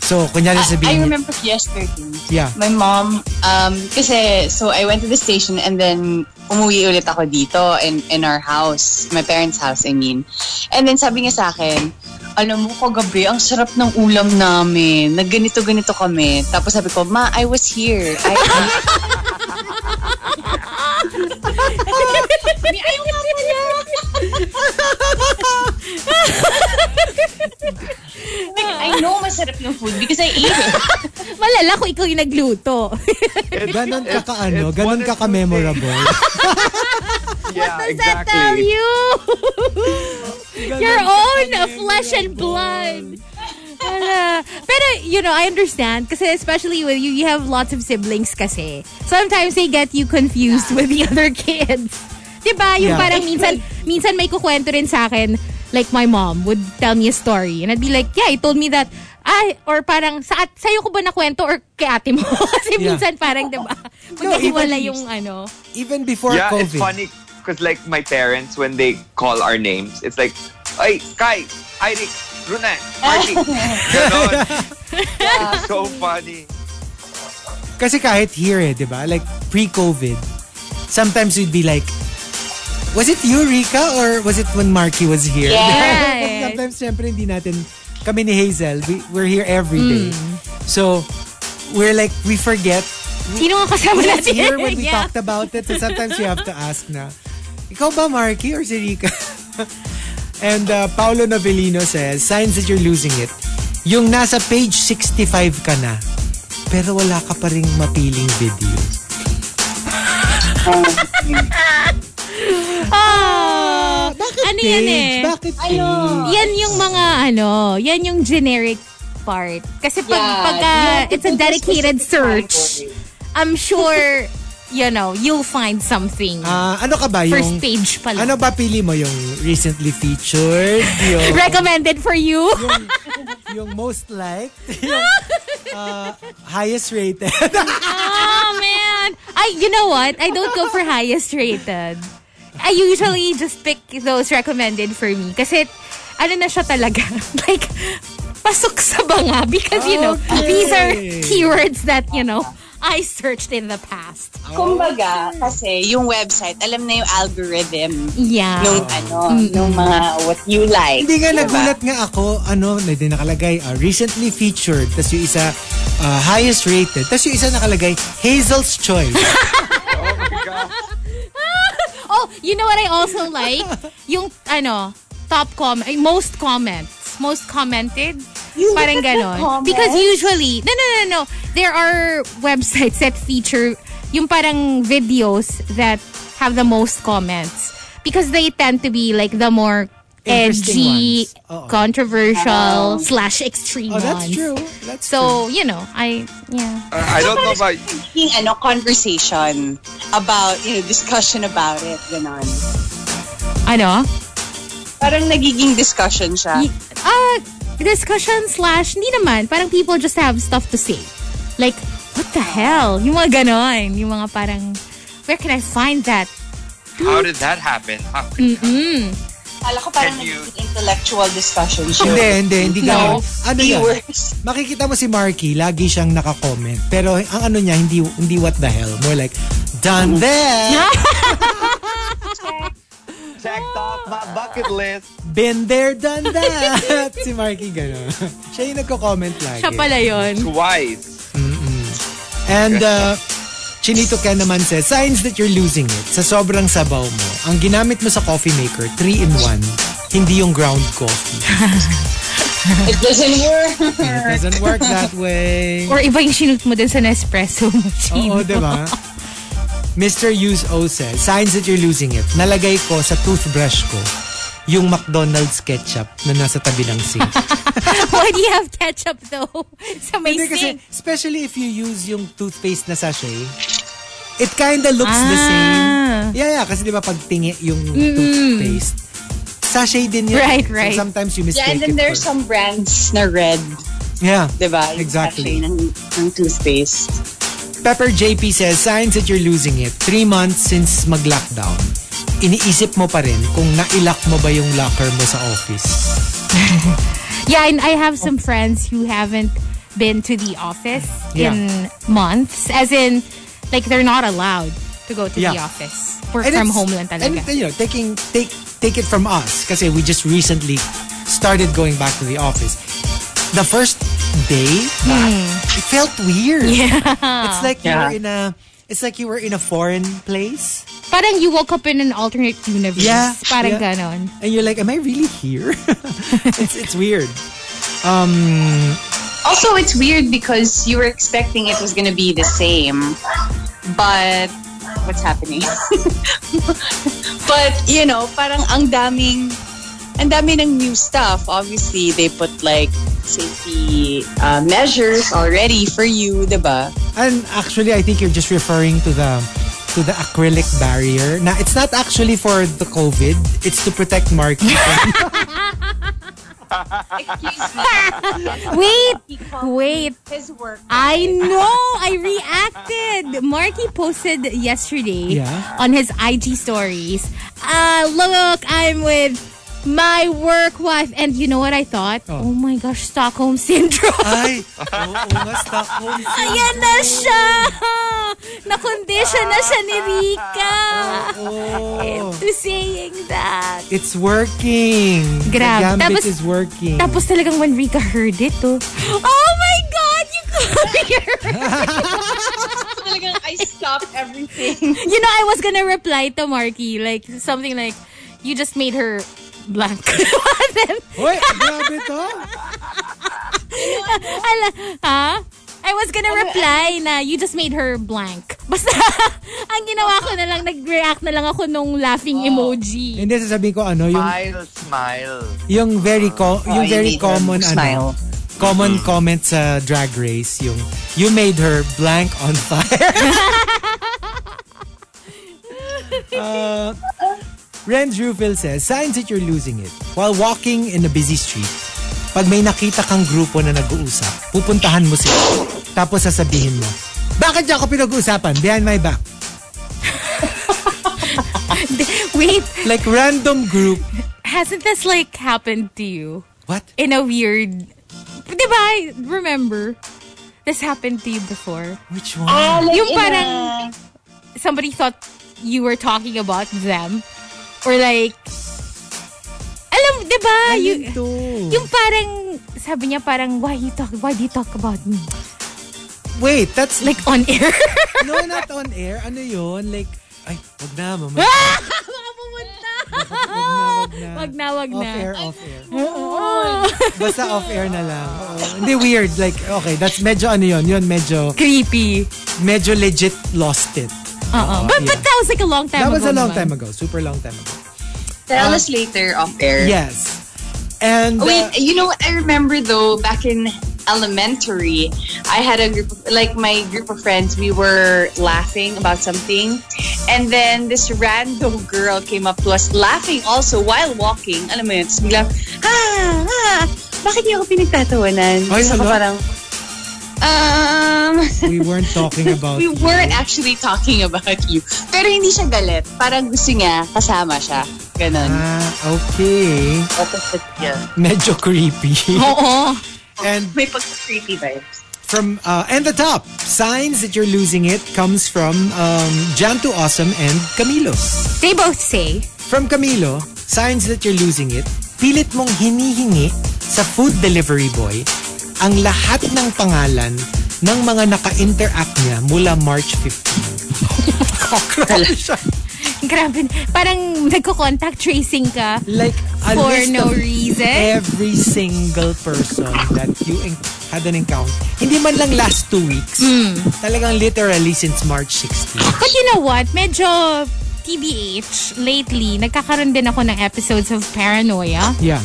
Speaker 2: So, kunyari
Speaker 7: Hmm. Ah, I
Speaker 2: sabihin,
Speaker 7: remember yesterday.
Speaker 2: Yeah.
Speaker 7: My mom, um, kasi, so I went to the station and then umuwi ulit ako dito in, in our house. My parents' house, I mean. And then sabi niya sa akin, alam mo, kagabi, ang sarap ng ulam namin. Na ganito-ganito kami. Tapos sabi ko, ma, I was here. I, I know masarap yung food because I ate it.
Speaker 3: Malala ko ikaw yung nagluto.
Speaker 2: ganon ka ka ano,
Speaker 4: it's
Speaker 2: ganon
Speaker 4: one
Speaker 2: ka
Speaker 4: or
Speaker 2: ka
Speaker 4: two
Speaker 2: memorable.
Speaker 4: Yeah,
Speaker 3: Does that tell
Speaker 4: exactly.
Speaker 3: you? your own flesh and blood. Wala. Pero, uh, you know, I understand. Kasi especially with you, you have lots of siblings kasi. Sometimes they get you confused with the other kids. Diba? Yung
Speaker 2: Yeah.
Speaker 3: parang minsan, minsan may kukwento rin sa akin, like my mom would tell me a story. And I'd be like, yeah, he told me that. Ay, or parang, sa at, sa'yo ko ba nakwento or kay ate mo? kasi
Speaker 2: Yeah.
Speaker 3: minsan parang, diba? Magkahiwala yung ano.
Speaker 2: Even before
Speaker 4: yeah,
Speaker 2: COVID.
Speaker 4: it's funny because like my parents when they call our names, it's like, "Ay, Kai, Irik, Runan, Marty." Ganon. It's so funny.
Speaker 2: Kasi kahit here eh, di ba? Like, pre-COVID, sometimes we'd be like, was it you, Rika? Or was it when Marky was here?
Speaker 3: Yes.
Speaker 2: sometimes, syempre, hindi natin, kami ni Hazel, we, we're here every day. So, we're like, we forget
Speaker 3: Sino ang kasama
Speaker 2: it's
Speaker 3: natin?
Speaker 2: here when we
Speaker 3: Yeah.
Speaker 2: talked about it. So sometimes you have to ask na, ikaw ba Marky or si Rica? And uh, Paolo Novellino says, signs that you're losing it. Yung nasa page 65 ka na, pero wala ka pa rin mapiling video.
Speaker 3: Ah, ano yan eh?
Speaker 2: Page? Bakit page?
Speaker 3: Yan yung mga ano, yan yung generic part. Kasi pag
Speaker 7: Yeah,
Speaker 3: pagka
Speaker 7: you have to
Speaker 3: it's a
Speaker 7: do the
Speaker 3: dedicated
Speaker 7: specific
Speaker 3: search, I'm sure you know, you'll find something.
Speaker 2: Ah, ano ka ba yung...
Speaker 3: First page pa lang.
Speaker 2: Ano ba pili mo yung recently featured? Yung,
Speaker 3: Recommended for you.
Speaker 2: yung most liked? Yung ah, highest rated?
Speaker 3: oh man. I you know what? I don't go for highest rated. I usually just pick those recommended for me. Kasi, ano na siya talaga. like, pasok sa banga. Because, you know,
Speaker 2: Okay.
Speaker 3: these are keywords that, you know, I searched in the past.
Speaker 7: Kumbaga, kasi yung website, alam na yung algorithm
Speaker 3: Yeah.
Speaker 7: nung ano, nung mga what you like.
Speaker 2: Hindi nga
Speaker 7: Diba?
Speaker 2: nagulat nga ako, ano, na din nakalagay, ah, recently featured, tas yung isa, ah, highest rated, tas yung isa nakalagay, Hazel's Choice.
Speaker 3: Oh, you know what I also like? Yung, ano, top comment, most comments, most commented. parang ganon. Because usually, no, no, no, no. There are websites that feature yung parang videos that have the most comments. Because they tend to be like the more edgy,
Speaker 2: Interesting ones. Oo.
Speaker 3: controversial, slash extreme
Speaker 2: Oh, that's
Speaker 3: ones.
Speaker 2: true. That's
Speaker 3: So, you know, I, yeah.
Speaker 4: Uh, I don't know about
Speaker 7: Yung ano, conversation about, you know, discussion about it, ganon.
Speaker 3: Ano?
Speaker 7: Parang nagiging discussion siya.
Speaker 3: Y- uh, discussion slash, hindi naman. Parang people just have stuff to say. Like, what the hell? Yung mga ganon. Yung mga parang, where can I find that?
Speaker 4: how did that happen. How could
Speaker 3: Mm-mm.
Speaker 7: Kala ko parang
Speaker 4: Can you-
Speaker 7: nagiging intellectual discussion
Speaker 2: true.
Speaker 7: siya.
Speaker 2: Hindi, hindi, hindi ganon.
Speaker 7: No.
Speaker 2: Ano yan?
Speaker 7: Keywords.
Speaker 2: Makikita mo si Marky, lagi siyang nakakomment. Pero ang ano niya, hindi, hindi what the hell. More like, done there,
Speaker 4: checked off my bucket list?
Speaker 2: been there, done that. si Marky ganon. Siya yung nagko-comment lagi.
Speaker 3: Siya pala yun.
Speaker 4: Twice.
Speaker 2: And uh, Chinito Ken naman says, signs that you're losing it sa sobrang sabaw mo. Ang ginamit mo sa coffee maker, 3 in 1, hindi yung ground coffee.
Speaker 7: It doesn't work.
Speaker 2: It doesn't work that way.
Speaker 3: Or iba yung sinut mo din sa Nespresso machine.
Speaker 2: Oo, di ba? Mr. Use O says, signs that you're losing it. Nalagay ko sa toothbrush ko yung McDonald's ketchup na nasa tabi ng sink.
Speaker 3: Why do you have ketchup though? Sa may
Speaker 2: Hindi kasi,
Speaker 3: sink.
Speaker 2: especially if you use yung toothpaste na sachet, it kinda looks the
Speaker 3: Ah.
Speaker 2: same. Yeah, yeah. Kasi di ba pag tingi yung toothpaste, sachet din yun.
Speaker 3: Right,
Speaker 2: So
Speaker 3: right.
Speaker 2: sometimes you mistake
Speaker 7: Yeah, and then
Speaker 2: it
Speaker 7: there's
Speaker 2: for-
Speaker 7: some brands na red,
Speaker 2: Yeah.
Speaker 7: diba? Yung
Speaker 2: Exactly.
Speaker 7: sachet Ng, ng toothpaste.
Speaker 2: Pepper JP says, signs that you're losing it. Three months since mag-lockdown. Iniisip mo pa rin kung nailak mo ba yung locker mo sa office.
Speaker 3: Yeah, and I have some friends who haven't been to the office
Speaker 2: Yeah.
Speaker 3: in months. As in, like they're not allowed to go to the
Speaker 2: Yeah.
Speaker 3: office. Work
Speaker 2: And
Speaker 3: from
Speaker 2: it's-
Speaker 3: home lang talaga.
Speaker 2: And, you know, taking, take, take it from us kasi we just recently started going back to the office. The first day back, it felt weird.
Speaker 3: Hmm. Yeah.
Speaker 2: It's like you
Speaker 7: Yeah.
Speaker 2: were in a, it's like you were in a foreign place.
Speaker 3: Parang you woke up in an alternate universe.
Speaker 2: Yeah,
Speaker 3: Parang
Speaker 2: yeah.
Speaker 3: ganon.
Speaker 2: And you're like, am I really here? it's, it's weird.
Speaker 7: Also, it's weird because you were expecting it was going to be the same, but what's happening? but you know, parang ang daming, ang dami ng new stuff. Obviously, they put like safety uh, measures already for you, diba?
Speaker 2: And actually, I think you're just referring to the to the acrylic barrier. Now, it's not actually for the COVID. It's to protect Mark.
Speaker 3: Wait! Wait!
Speaker 7: His work.
Speaker 3: I know! I reacted! Marky posted yesterday
Speaker 2: Yeah.
Speaker 3: on his IG stories. Uh, look, I'm with my work wife. And you know what I thought? Oh,
Speaker 2: Oh.
Speaker 3: my gosh, Stockholm Syndrome.
Speaker 2: Ay, oo nga, Stockholm
Speaker 3: Ayan na siya! Na-condition na siya ni Rika!
Speaker 2: Oh,
Speaker 3: To saying that.
Speaker 2: it's working.
Speaker 3: Grabe.
Speaker 2: The gambit
Speaker 3: Tapos-
Speaker 2: is working.
Speaker 3: Tapos talagang when Rika heard it, oh, oh my God, you courier!
Speaker 6: Talagang I stopped everything.
Speaker 3: you know, I was gonna reply to Marky, like, something like, you just made her blank. then,
Speaker 2: Hoy, grabe to.
Speaker 3: ala, ha? I was gonna reply na, you just made her blank. Basta, ang ginawa ko na lang, nag-react na lang ako nung laughing emoji.
Speaker 2: Hindi, sasabihin ko ano, yung,
Speaker 4: Smile, smile.
Speaker 2: yung very, co- yung
Speaker 7: you
Speaker 2: very
Speaker 7: made
Speaker 2: common,
Speaker 7: her
Speaker 2: ano,
Speaker 7: smile.
Speaker 2: common comment sa drag race, yung, you made her blank on fire. uh, Renz Rufil says, signs that you're losing it. While walking in a busy street, pag may nakita kang grupo na nag-uusap, pupuntahan mo sila. Tapos sasabihin mo, bakit niya ako pinag-uusapan behind my back?
Speaker 3: Wait,
Speaker 2: Like random group.
Speaker 3: hasn't this like happened to you
Speaker 2: What?
Speaker 3: in a weird? Di ba? Remember, this happened to you before.
Speaker 2: Which one?
Speaker 3: Yung parang somebody thought you were talking about them or like alam, 'di ba? You,
Speaker 2: Ayun to.
Speaker 3: yung parang sabi niya parang why you talk why do you talk about me
Speaker 2: Wait, that's
Speaker 3: like on air?
Speaker 2: no, not on air. Ano yun? Like, ay, wag na, mama. Wag na, wag
Speaker 3: Wag na, wag
Speaker 2: Off air,
Speaker 3: na.
Speaker 2: off air. Basta off air na lang. Oo. Hindi weird. Like, okay, that's medyo ano yun. Yun, medyo,
Speaker 3: Creepy.
Speaker 2: medyo legit lost it.
Speaker 3: Uh-uh. But, but
Speaker 2: yeah.
Speaker 3: that was like a long
Speaker 2: That
Speaker 3: time
Speaker 2: was
Speaker 3: ago.
Speaker 2: a long time
Speaker 3: naman.
Speaker 2: ago. Super long time ago.
Speaker 7: Tell us later off air.
Speaker 2: Yes. And, uh,
Speaker 7: Oh, Wait, you know what I remember though? Back in elementary, I had a group, of, like my group of friends, we were laughing about something. And then this random girl came up to us laughing also while walking. Alam mo yun, tapos biglang, ha, ha, bakit niyo ako pinagtatawanan?
Speaker 2: Ay,
Speaker 7: Tapos ako
Speaker 2: hala.
Speaker 7: parang, um,
Speaker 2: we weren't talking about
Speaker 7: we weren't actually talking about you. Pero hindi siya galit. Parang gusto niya, kasama siya. Ganon.
Speaker 2: Ah, okay.
Speaker 7: Yeah.
Speaker 2: Medyo creepy.
Speaker 3: Oo.
Speaker 2: and
Speaker 7: May pag-creepy vibes.
Speaker 2: from uh, and the top signs that you're losing it comes from um, Jan to Awesome and Camilo.
Speaker 3: They both say,
Speaker 2: From Camilo, signs that you're losing it, pilit mong hinihingi sa food delivery boy ang lahat ng pangalan ng mga naka-interact niya mula March 15. Cockroach siya.
Speaker 3: grabe, parang nagko-contact tracing ka
Speaker 2: like a
Speaker 3: for
Speaker 2: list
Speaker 3: no
Speaker 2: of
Speaker 3: reason.
Speaker 2: every single person that you en- had an encounter. Hindi man lang last two weeks.
Speaker 3: Hmm.
Speaker 2: Talagang literally since March 16.
Speaker 3: But you know what? Medyo TBH, lately, nagkakaroon din ako ng episodes of paranoia.
Speaker 2: Yeah.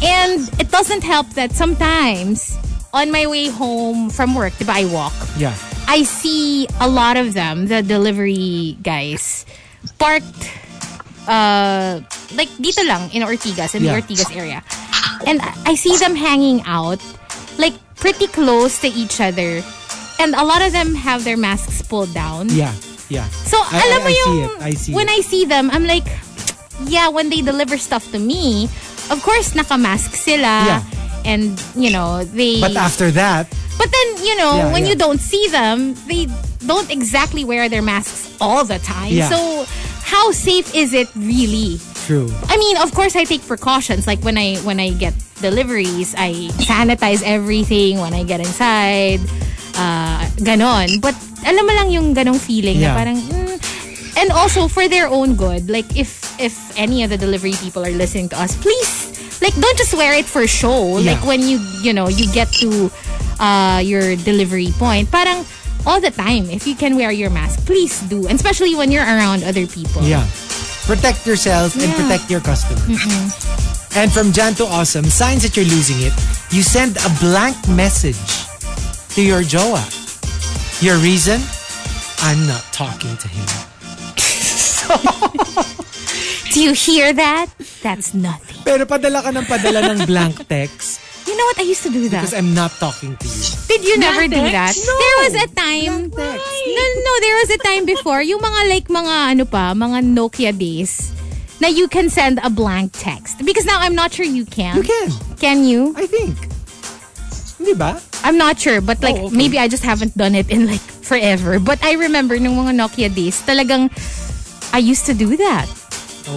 Speaker 3: And it doesn't help that sometimes, on my way home from work, diba I walk,
Speaker 2: Yeah.
Speaker 3: I see a lot of them, the delivery guys, parked uh like dito lang in Ortigas, in
Speaker 2: Yeah.
Speaker 3: the Ortigas area. And I I see them hanging out like pretty close to each other. And a lot of them have their masks pulled down.
Speaker 2: Yeah. Yeah.
Speaker 3: So,
Speaker 2: I-
Speaker 3: alam
Speaker 2: I-
Speaker 3: mo
Speaker 2: I
Speaker 3: yung,
Speaker 2: see it. I see
Speaker 3: when
Speaker 2: it.
Speaker 3: I see them, I'm like, yeah, when they deliver stuff to me, of course, nakamask
Speaker 2: Yeah.
Speaker 3: sila. And, you know, they...
Speaker 2: But after that,
Speaker 3: But then, you know,
Speaker 2: Yeah,
Speaker 3: when
Speaker 2: yeah.
Speaker 3: you don't see them, they don't exactly wear their masks all the time.
Speaker 2: Yeah.
Speaker 3: So, how safe is it really?
Speaker 2: true.
Speaker 3: I mean, of course, I take precautions. Like when I when I get deliveries, I sanitize everything when I get inside. Uh, ganon. But alam mo lang yung ganong feeling
Speaker 2: Yeah.
Speaker 3: na parang. mm. and also for their own good. Like if if any of the delivery people are listening to us, please like don't just wear it for show.
Speaker 2: Yeah.
Speaker 3: Like when you you know you get to uh, your delivery point, parang. All the time, if you can wear your mask, please do. And especially when you're around other people.
Speaker 2: Yeah. Protect yourself and
Speaker 3: Yeah. Mm-hmm.
Speaker 2: protect your customer. And from Jan to Awesome, signs that you're losing it, you send a blank message to your jowa. Your reason? I'm not talking to him.
Speaker 3: Do you hear that? That's nothing.
Speaker 2: Pero padala ka ng padala ng blank text
Speaker 3: You know what? I used to do that.
Speaker 2: because I'm not talking to you.
Speaker 3: Did you never do that? There was a time.
Speaker 2: text.
Speaker 3: No, no, no. There was a time before. Yung mga like mga ano pa, mga Nokia days na you can send a blank text. Because now I'm not sure you can.
Speaker 2: You can,
Speaker 3: Can you?
Speaker 2: I think. Hindi ba?
Speaker 3: I'm not sure. But like,
Speaker 2: Oh, okay.
Speaker 3: maybe I just haven't done it in like forever. But I remember nung mga Nokia days, talagang I used to do that.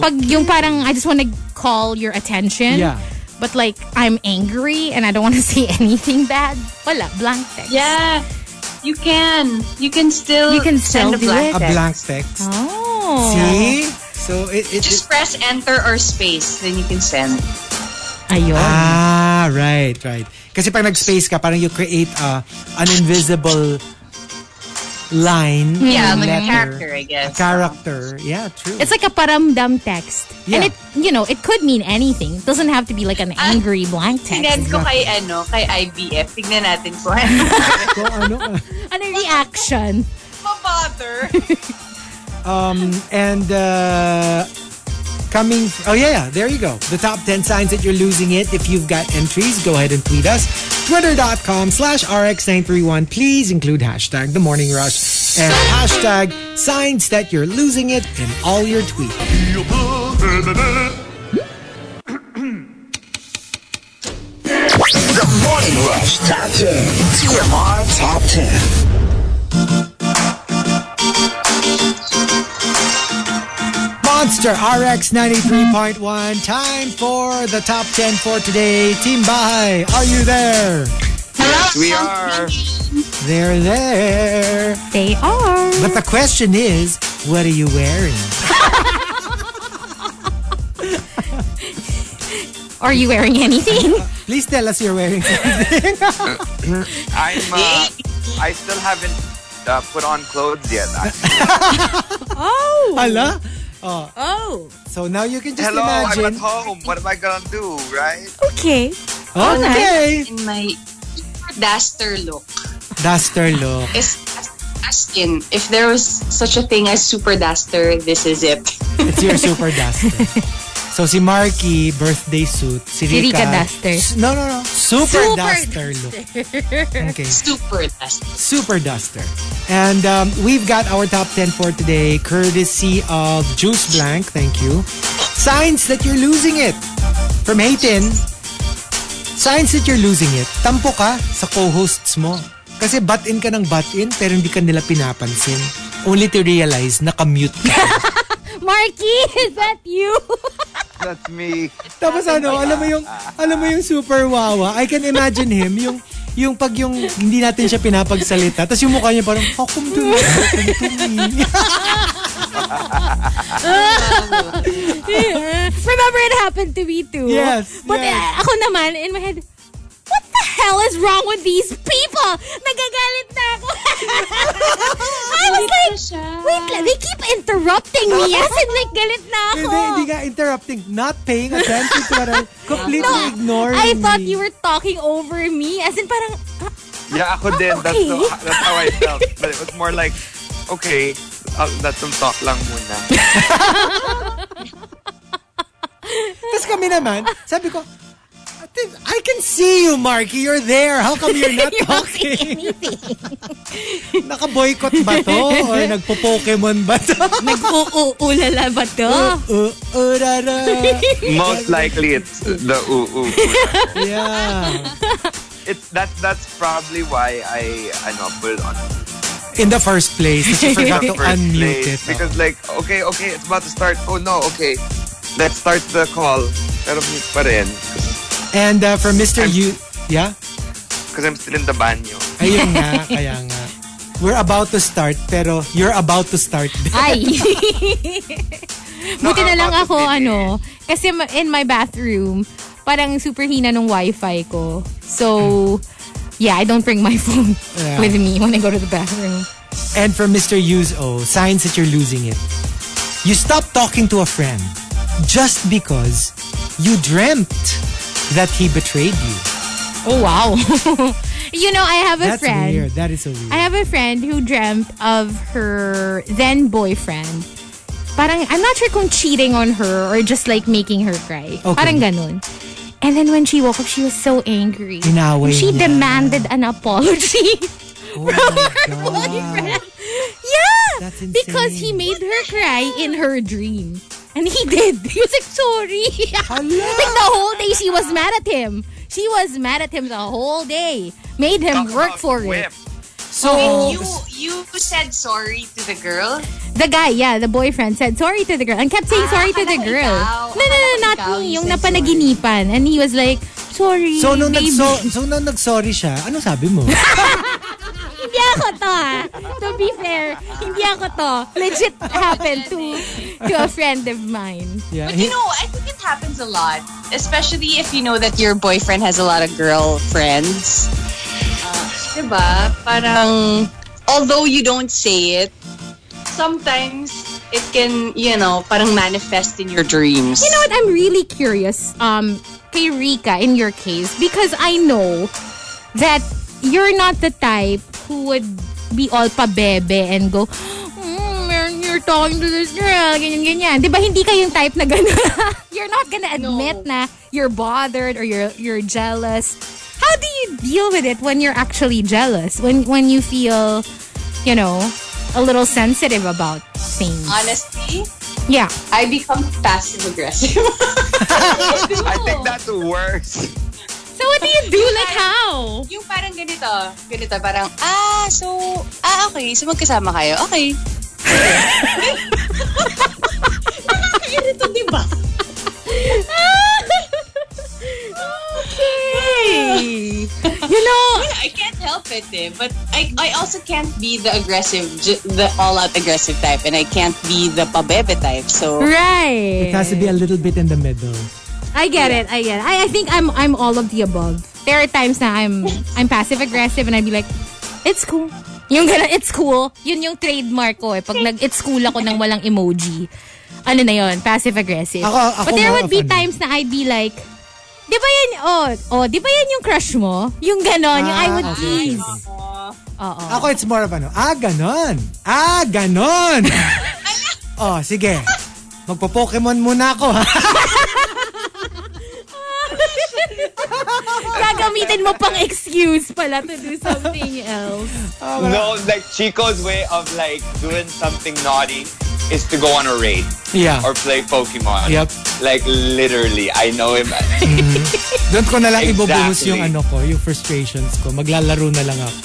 Speaker 3: Pag yung parang I just want to call your attention.
Speaker 2: Yeah.
Speaker 3: But like, I'm angry and I don't want to say anything bad. Wala, blank text.
Speaker 7: Yeah, you can. You can still.
Speaker 3: You can
Speaker 7: send
Speaker 3: still
Speaker 7: a
Speaker 3: do
Speaker 7: blank
Speaker 3: it.
Speaker 2: A
Speaker 7: text.
Speaker 2: blank text.
Speaker 3: Oh.
Speaker 2: See? So it, it,
Speaker 7: Just press enter or space, then you can send.
Speaker 3: Ayun.
Speaker 2: Ah, right, right. Kasi pag nag-space ka, parang you create a, an invisible line.
Speaker 7: Yeah,
Speaker 2: or
Speaker 7: like a
Speaker 2: letter.
Speaker 7: character, I
Speaker 2: A
Speaker 7: guess.
Speaker 2: character. Yeah, true.
Speaker 3: It's like a paramdam text. And
Speaker 2: Yeah.
Speaker 3: it, you know, it could mean anything. It doesn't have to be like an angry blank text.
Speaker 7: Tingnan ko kay ano, kay IBF. Tingnan natin kung ano.
Speaker 2: so, ano, uh,
Speaker 3: Ano reaction?
Speaker 7: Mabother.
Speaker 2: um, and uh, coming. Oh yeah, yeah. There you go. The top 10 signs that you're losing it. If you've got entries, go ahead and tweet us. Twitter.com slash RX931. Please include hashtag The Morning Rush and hashtag signs that you're losing it in all your tweets.
Speaker 8: The Morning Rush Top 10. TMR Top 10.
Speaker 2: Monster RX 93.1. Time for the top 10 for today. Team Bahay, are you there?
Speaker 4: We are.
Speaker 2: They're there.
Speaker 3: They are.
Speaker 2: But the question is, what are you wearing?
Speaker 3: Are you wearing anything?
Speaker 2: Please tell us you're wearing
Speaker 4: I'm. Uh, I still haven't uh, put on clothes yet. actually.
Speaker 3: oh.
Speaker 2: Hala? Oh,
Speaker 3: Oh.
Speaker 2: so now you can just
Speaker 4: Hello,
Speaker 2: imagine.
Speaker 4: I'm at home. What am I gonna do, right?
Speaker 3: Okay.
Speaker 2: Okay.
Speaker 7: In my duster look.
Speaker 2: Duster look.
Speaker 7: Is asking if there was such a thing as super duster, this is it.
Speaker 2: It's your super duster. So si Marky, birthday suit. Si
Speaker 3: Si
Speaker 2: Rika,
Speaker 3: Rica duster.
Speaker 2: s- No, no, no. Super,
Speaker 3: Super
Speaker 2: duster, look. Okay.
Speaker 7: Super duster.
Speaker 2: Super duster. And um, we've got our top 10 for today, courtesy of Juice Blank. Thank you. Signs that you're losing it. From Hayden. Signs that you're losing it. Tampo ka sa co-hosts mo. Kasi butt-in ka ng butt-in pero hindi ka nila pinapansin. Only to realize na mute ka.
Speaker 3: Marky, is that you?
Speaker 4: That's me.
Speaker 2: Tapos ano, alam mo yung alam mo yung super wawa. I can imagine him yung yung pag yung hindi natin siya pinapagsalita. Tapos yung mukha niya parang, how come to me? How come to me?
Speaker 3: Remember, it happened to me too.
Speaker 2: Yes,
Speaker 3: But
Speaker 2: yes.
Speaker 3: uh, ako naman, in my head, what the hell is wrong with these people? Nagagalit na ako. I was like, wait lang, they keep interrupting me. As in, like, galit na ako.
Speaker 2: Hindi, hindi ka interrupting. Not paying attention to what I'm- completely
Speaker 3: No,
Speaker 2: ignoring
Speaker 3: I thought
Speaker 2: me.
Speaker 3: you were talking over me. As in, parang, ah,
Speaker 4: Yeah, ako din. That's,
Speaker 3: Okay.
Speaker 4: the- that's how I felt. But it was more like, okay, uh, that's some talk lang muna.
Speaker 2: Tapos kami naman, sabi ko, "Ate, I can see you, Marky. You're there. How come you're not talking? Naka-boycott ba to? Or nagpo-Pokemon ba to?
Speaker 3: nag-u-u-ulala ba to?
Speaker 2: Uh, uh, rara.
Speaker 4: Most likely, it's the ooh ooh. ooh.
Speaker 2: Yeah.
Speaker 4: It's that. That's probably why I ano put it on
Speaker 2: In the first place, you forgot
Speaker 4: the
Speaker 2: to
Speaker 4: first
Speaker 2: unmute it.
Speaker 4: place. because like okay okay it's about to start. Oh no okay, let's start the call. Pero mute pa rin
Speaker 2: And uh, for Mr.
Speaker 4: I'm-
Speaker 2: U, yeah?
Speaker 4: because I'm still in the banyo.
Speaker 2: Ayun nga, kaya nga. We're about to start, pero you're about to start.
Speaker 3: Ay. Buti na lang ako,
Speaker 4: Nakakapagod din eh.
Speaker 3: ano, kasi ma- in my bathroom, parang super hina nung wifi ko. So, yeah, I don't bring my phone
Speaker 2: Yeah.
Speaker 3: with me when I go to the bathroom.
Speaker 2: And for Mr. Yu's O, signs that you're losing it. You stop talking to a friend just because you dreamt that he betrayed you.
Speaker 3: Oh, wow. you know, I have a
Speaker 2: That's
Speaker 3: friend.
Speaker 2: weird. That is so weird.
Speaker 3: I have a friend who dreamt of her then boyfriend. Parang, I'm not sure kung cheating on her or just like making her cry.
Speaker 2: Okay.
Speaker 3: Parang ganun. And then when she woke up, she was so angry.
Speaker 2: Inaway
Speaker 3: she
Speaker 2: niya.
Speaker 3: demanded an apology
Speaker 2: oh
Speaker 3: from
Speaker 2: my
Speaker 3: her
Speaker 2: God.
Speaker 3: boyfriend. Yeah!
Speaker 2: That's
Speaker 3: Because he
Speaker 2: insane.
Speaker 3: made her cry in her dream. And he did. He was like, sorry.
Speaker 2: Hala!
Speaker 3: like the whole day she was mad at him. She was mad at him the whole day. Made him
Speaker 4: Talk
Speaker 3: work
Speaker 4: about
Speaker 3: for it.
Speaker 4: whip.
Speaker 2: So,
Speaker 7: You you said sorry to the girl.
Speaker 3: The guy, yeah, the boyfriend said sorry to the girl and kept saying
Speaker 7: Ah,
Speaker 3: sorry to the
Speaker 7: akala ko
Speaker 3: girl.
Speaker 7: ikaw.
Speaker 3: No, no, no,
Speaker 7: Akala ko
Speaker 3: not me.
Speaker 7: ikaw yung
Speaker 3: Yung
Speaker 7: said
Speaker 3: napanaginipan. And he was like, sorry,
Speaker 2: so nung
Speaker 3: baby.
Speaker 2: nagso, so nung nagsorry siya, ano sabi mo?
Speaker 3: Hindi ako to, ha? To be fair, hindi ako to. Legit happened to to a friend of mine.
Speaker 2: yeah.
Speaker 7: But
Speaker 2: he-
Speaker 7: you know, I think it happens a lot, especially if you know that your boyfriend has a lot of girl friends. Uh, diba? Parang, although you don't say it, sometimes it can, you know, parang manifest in your dreams.
Speaker 3: You know what? I'm really curious, um, kay Rika, in your case, because I know that you're not the type who would be all pabebe and go, mm, you're, you're you're talking to this girl, ganyan, ganyan. Di ba hindi ka yung type na gano'n? you're not gonna admit na you're bothered or you're you're jealous. How do you deal with it when you're actually jealous? When when you feel, you know, a little sensitive about things?
Speaker 7: Honestly,
Speaker 3: Yeah.
Speaker 7: I become passive aggressive.
Speaker 4: I think that's worse.
Speaker 3: So what do you do? Like how?
Speaker 7: yung parang ganito, ganito, parang, ah, so, ah, okay, so magkasama kayo, okay. Nakakairito, di ba?
Speaker 3: okay. You know,
Speaker 7: I can't help it, eh. But I, I also can't be the aggressive, ju- the all-out aggressive type, and I can't be the pabebe type, so...
Speaker 3: right.
Speaker 2: It has to be a little bit in the middle.
Speaker 3: I get it. I get it. I, I think I'm I'm all of the above. There are times na I'm I'm passive aggressive and I'd be like, it's cool. Yung gano'n, it's cool. Yun yung trademark ko eh. Pag nag-it's cool ako ng walang emoji. Ano na yun? Passive aggressive.
Speaker 2: Ako- ako
Speaker 3: But there
Speaker 2: more
Speaker 3: would be
Speaker 2: of ano.
Speaker 3: times na I'd be like, di ba yan, oh, oh, di ba yan yung crush mo? Yung gano'n, yung I
Speaker 2: Ah,
Speaker 3: would tease. Oo.
Speaker 2: Ako, it's more of ano, ah, ganon. Ah, ganon. oh, sige. Magpo-Pokemon muna ako, ha?
Speaker 3: Gagamitin mo pang excuse pala to do something else.
Speaker 4: No, like Chico's way of like doing something naughty is to go on a raid
Speaker 2: Yeah.
Speaker 4: or play Pokemon.
Speaker 2: Yep.
Speaker 4: Like literally, I know him.
Speaker 2: Doon ko na lang ibubuhos
Speaker 4: Exactly.
Speaker 2: yung ano ko, yung frustrations ko. Maglalaro na lang ako.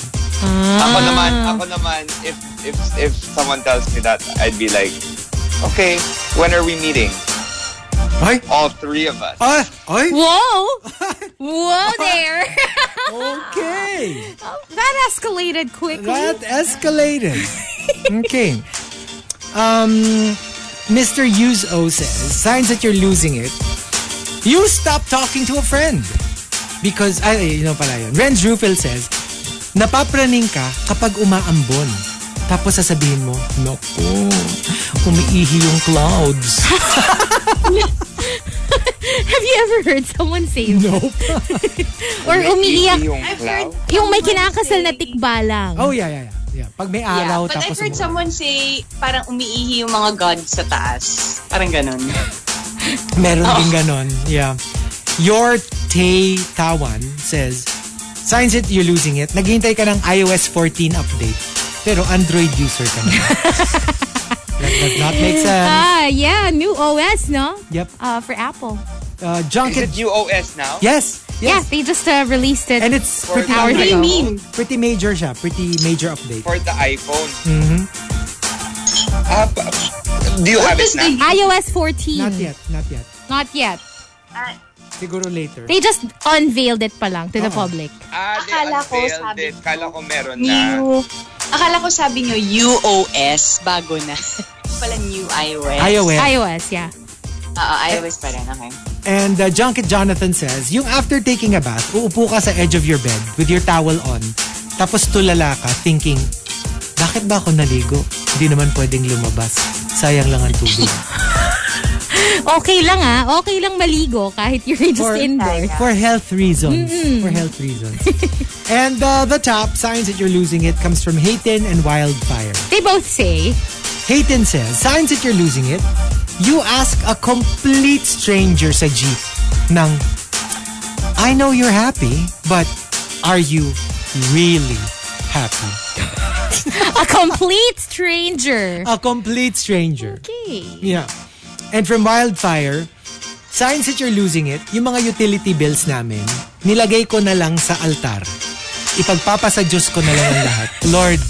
Speaker 4: Ako naman, ako naman, if if if someone tells me that, I'd be like, okay, when are we meeting?
Speaker 2: Ay!
Speaker 4: All three of us.
Speaker 2: Ay! Ay!
Speaker 3: Whoa! Whoa there!
Speaker 2: Okay!
Speaker 3: that escalated quickly.
Speaker 2: That escalated. Okay. Um, Mr. Use O says, signs that you're losing it. You stop talking to a friend. Because, ay, you know pala yun. Renz Rufel says, napapraning ka kapag umaambon. Tapos sasabihin mo, Naku, umiihi yung clouds.
Speaker 3: Have you ever heard someone say that?
Speaker 2: nope.
Speaker 3: Or umiiyak?
Speaker 4: Yung cloud.
Speaker 3: Yung may kinakasal na tikba lang.
Speaker 2: Oh, yeah, yeah, yeah. yeah. Pag may araw,
Speaker 7: but I've
Speaker 2: tapos
Speaker 7: heard
Speaker 2: umuwi.
Speaker 7: someone say, parang umiihi yung mga gods sa taas. Parang ganun.
Speaker 2: Meron din ganon. Yeah. Your Tay Tawan says, signs that you're losing it. Naghihintay ka ng iOS 14 update. Pero Android user ka na. That does not make sense.
Speaker 3: Ah, yeah. New OS, no?
Speaker 2: Yep.
Speaker 3: Uh, for Apple.
Speaker 2: Uh,
Speaker 4: Is
Speaker 2: junket.
Speaker 4: it UOS now?
Speaker 2: Yes.
Speaker 3: Yeah,
Speaker 2: Yes.
Speaker 3: they just uh, released it.
Speaker 2: And it's
Speaker 4: For
Speaker 2: pretty,
Speaker 4: the
Speaker 3: Hours
Speaker 4: iPhone,
Speaker 3: ago.
Speaker 2: pretty major siya. Pretty major update.
Speaker 4: For the iPhone.
Speaker 2: Mhm.
Speaker 4: Ah, pa- do you have it now?
Speaker 3: iOS 14.
Speaker 2: Not yet. Not yet.
Speaker 3: Not yet.
Speaker 7: Ah,
Speaker 2: Siguro later.
Speaker 3: They just unveiled it pa lang to the
Speaker 2: Oo.
Speaker 3: public.
Speaker 4: Ah, they
Speaker 7: Akala ko,
Speaker 4: unveiled
Speaker 7: sabi
Speaker 4: it. Akala ko meron na.
Speaker 7: New. Akala ko sabi nyo UOS, bago na. Pala new iOS.
Speaker 2: iOS.
Speaker 3: iOS, yeah.
Speaker 7: Oo, iOS pa rin, okay.
Speaker 2: And uh, Junket Jonathan says, yung after taking a bath, uupo ka sa edge of your bed with your towel on, tapos tulala ka thinking, bakit ba ako naligo? Hindi naman pwedeng lumabas. Sayang lang ang tubig.
Speaker 3: Okay lang ah. Okay lang maligo kahit you're just
Speaker 2: For-
Speaker 3: indoors.
Speaker 2: For health reasons. For health reasons. and uh, the top signs that you're losing it comes from Hayden and Wildfire.
Speaker 3: They both say,
Speaker 2: Hayden says, signs that you're losing it, you ask a complete stranger sa jeep ng, I know you're happy, but are you really happy?
Speaker 3: a complete stranger.
Speaker 2: A complete stranger.
Speaker 3: Okay.
Speaker 2: Yeah. And from Wildfire, signs that you're losing it, yung mga utility bills namin, nilagay ko na lang sa altar. Ipagpapasa Diyos ko na lang ang lahat. Lord,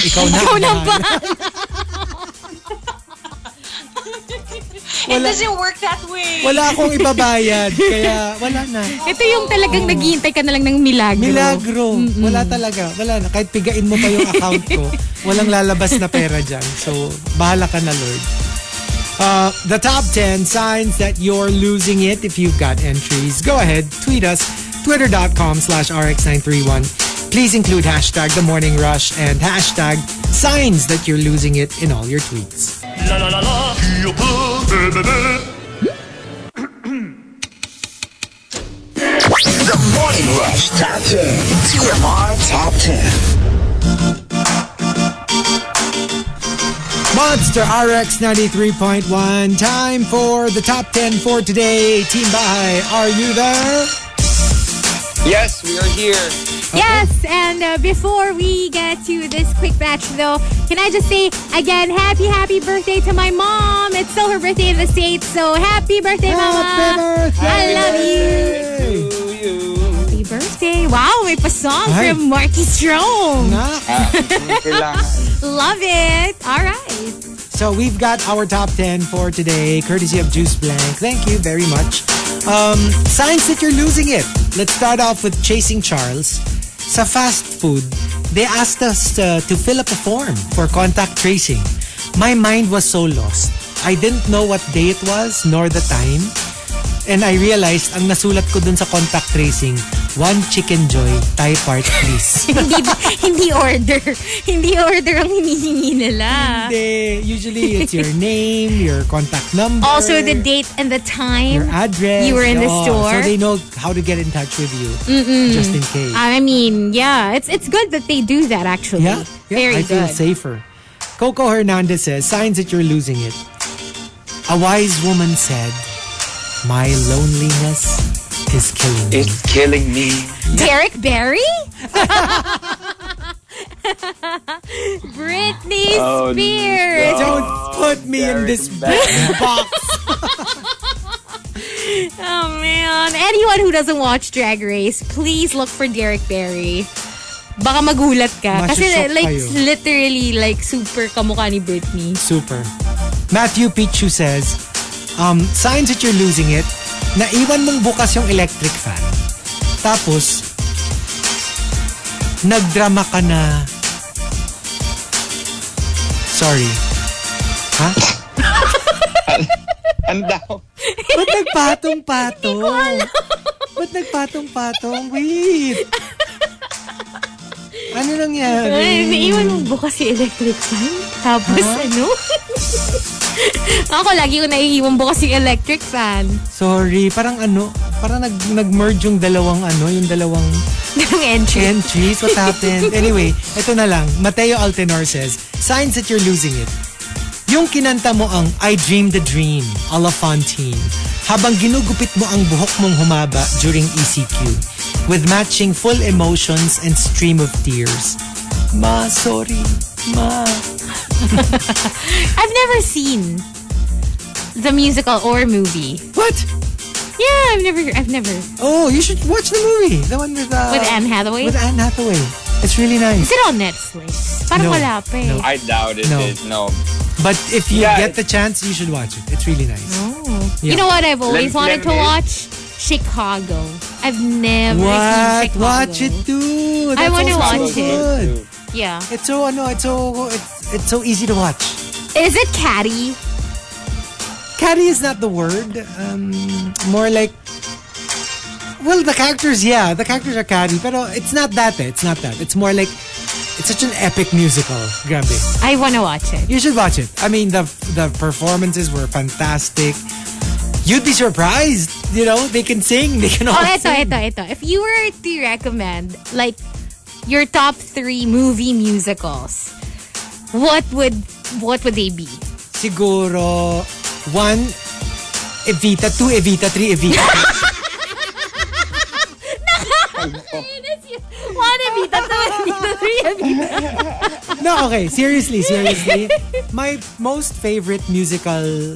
Speaker 2: ikaw na.
Speaker 3: Ikaw na
Speaker 2: ang
Speaker 3: ba?
Speaker 7: It doesn't work that way.
Speaker 2: Wala akong ibabayad, kaya wala na.
Speaker 3: Ito yung talagang naghihintay ka na lang ng milagro.
Speaker 2: Milagro. Wala talaga. Wala na. Kahit pigain mo pa yung account ko, walang lalabas na pera dyan. So, bahala ka na, Lord. Uh, the top 10 signs that you're losing it if you've got entries. Go ahead, tweet us, twitter.com slash rx931. Please include hashtag the morning rush and hashtag signs that you're losing it in all your tweets.
Speaker 9: La la la la. Qui peut bébé?
Speaker 8: The Morning Rush Top 10. TMR Top 10.
Speaker 2: Monster RX 93.1. Time for the top 10 for today. Team Bahay, are you there?
Speaker 4: Yes, we are here.
Speaker 3: Yes, and uh, before we get to this quick batch, though, can I just say again, happy, happy birthday to my mom. It's still her birthday in the States, so happy birthday, Mama.
Speaker 2: Happy birthday!
Speaker 3: I love
Speaker 2: you!
Speaker 4: To you.
Speaker 3: Happy birthday. Wow, may pa-song
Speaker 2: Ay.
Speaker 3: from Marky Strong.
Speaker 4: Ah, kailangan.
Speaker 3: Love it. All right.
Speaker 2: So we've got our top 10 for today, courtesy of Juice Blank. Thank you very much. Um, signs that you're losing it. Let's start off with Chasing Charles. Sa fast food, they asked us uh, to fill up a form for contact tracing. My mind was so lost. I didn't know what day it was nor the time. And I realized ang nasulat ko dun sa contact tracing, one chicken joy, Thai part please.
Speaker 3: hindi, hindi order. Hindi order ang hinihingi nila.
Speaker 2: Hindi. Usually it's your name, your contact number.
Speaker 3: Also, the date and the
Speaker 2: your
Speaker 3: time.
Speaker 2: address.
Speaker 3: You were in the
Speaker 2: Oh, So
Speaker 3: store.
Speaker 2: they know how to get in touch with you just in case.
Speaker 3: I mean, yeah, it's it's good that they do that actually.
Speaker 2: yeah, yeah
Speaker 3: Very
Speaker 2: I feel
Speaker 3: good.
Speaker 2: safer. Coco Hernandez says, signs that you're losing it. A wise woman said, my loneliness is killing me.
Speaker 4: It's killing me.
Speaker 3: Derek Barry? Britney
Speaker 4: Oh,
Speaker 3: Spears.
Speaker 4: no.
Speaker 2: Don't put me in
Speaker 4: Derek
Speaker 2: this
Speaker 4: Bell.
Speaker 2: box.
Speaker 3: Oh man. Anyone who doesn't watch Drag Race, please look for Derek Barry. Baka magulat ka. Kasi
Speaker 2: Masusok
Speaker 3: like
Speaker 2: kayo.
Speaker 3: literally like super kamukha ni Britney.
Speaker 2: Super. Matthew Pichu says, um, signs that you're losing it, naiwan mong bukas yung electric fan. Tapos, nagdrama ka na, sorry. Ha?
Speaker 4: Ano daw?
Speaker 2: Ba't nagpatong-patong? Ba't nagpatong-patong? Wait. Ano
Speaker 3: Ay,
Speaker 2: nangyari?
Speaker 3: naiwan mo bukas si electric fan? Tapos ano? Ako lagi ko naiiwan bukas si electric fan.
Speaker 2: Sorry, parang ano, parang nag, nag-merge yung dalawang ano, yung dalawang
Speaker 3: Ng entry.
Speaker 2: Ken, jeez, what happened? anyway, ito na lang. Mateo Altenor says, signs that you're losing it. Yung kinanta mo ang I Dream the Dream, a la Fontaine, habang ginugupit mo ang buhok mong humaba during ECQ with matching full emotions and stream of tears. Ma, sorry. Ma.
Speaker 3: I've never seen the musical or movie.
Speaker 2: What?
Speaker 3: Yeah, I've never, I've never.
Speaker 2: Oh, you should watch the movie. The one with... Uh,
Speaker 3: With Anne Hathaway?
Speaker 2: With Anne Hathaway. It's really
Speaker 3: Is
Speaker 2: nice.
Speaker 3: it on Netflix? Parang
Speaker 2: No.
Speaker 3: wala pa eh.
Speaker 2: No.
Speaker 4: I doubt it.
Speaker 2: No.
Speaker 4: is. No.
Speaker 2: But if you
Speaker 4: Yeah,
Speaker 2: get the chance, you should watch it. It's really nice.
Speaker 3: Oh.
Speaker 2: Yeah.
Speaker 3: You know what I've always
Speaker 4: Lem-
Speaker 3: wanted to
Speaker 4: lemonade.
Speaker 3: watch? Chicago. I've never seen
Speaker 2: What?
Speaker 3: Chicago.
Speaker 2: Watch it too. That
Speaker 3: wanna
Speaker 2: sounds
Speaker 3: watch
Speaker 2: so
Speaker 3: it.
Speaker 2: Good.
Speaker 3: Yeah.
Speaker 2: It's so ano, it's so it's, it's so easy to watch.
Speaker 3: Is it catty?
Speaker 2: Catty is not the word. Um, more like well, the characters, yeah, the characters are catty, but it's not that. Eh. It's not that. It's more like it's such an epic musical. Grabe.
Speaker 3: I want to watch it.
Speaker 2: You should watch it. I mean, the the performances were fantastic. You'd be surprised. You know, they can sing. They can all
Speaker 3: Oh, eto,
Speaker 2: sing.
Speaker 3: eto, eto. If you were to recommend, like, your top three movie musicals, what would what would they be?
Speaker 2: Siguro, one, Evita, two, Evita, three, Evita.
Speaker 3: One Evita, two Evita, three Evita.
Speaker 2: No, okay. Seriously, seriously. My most favorite musical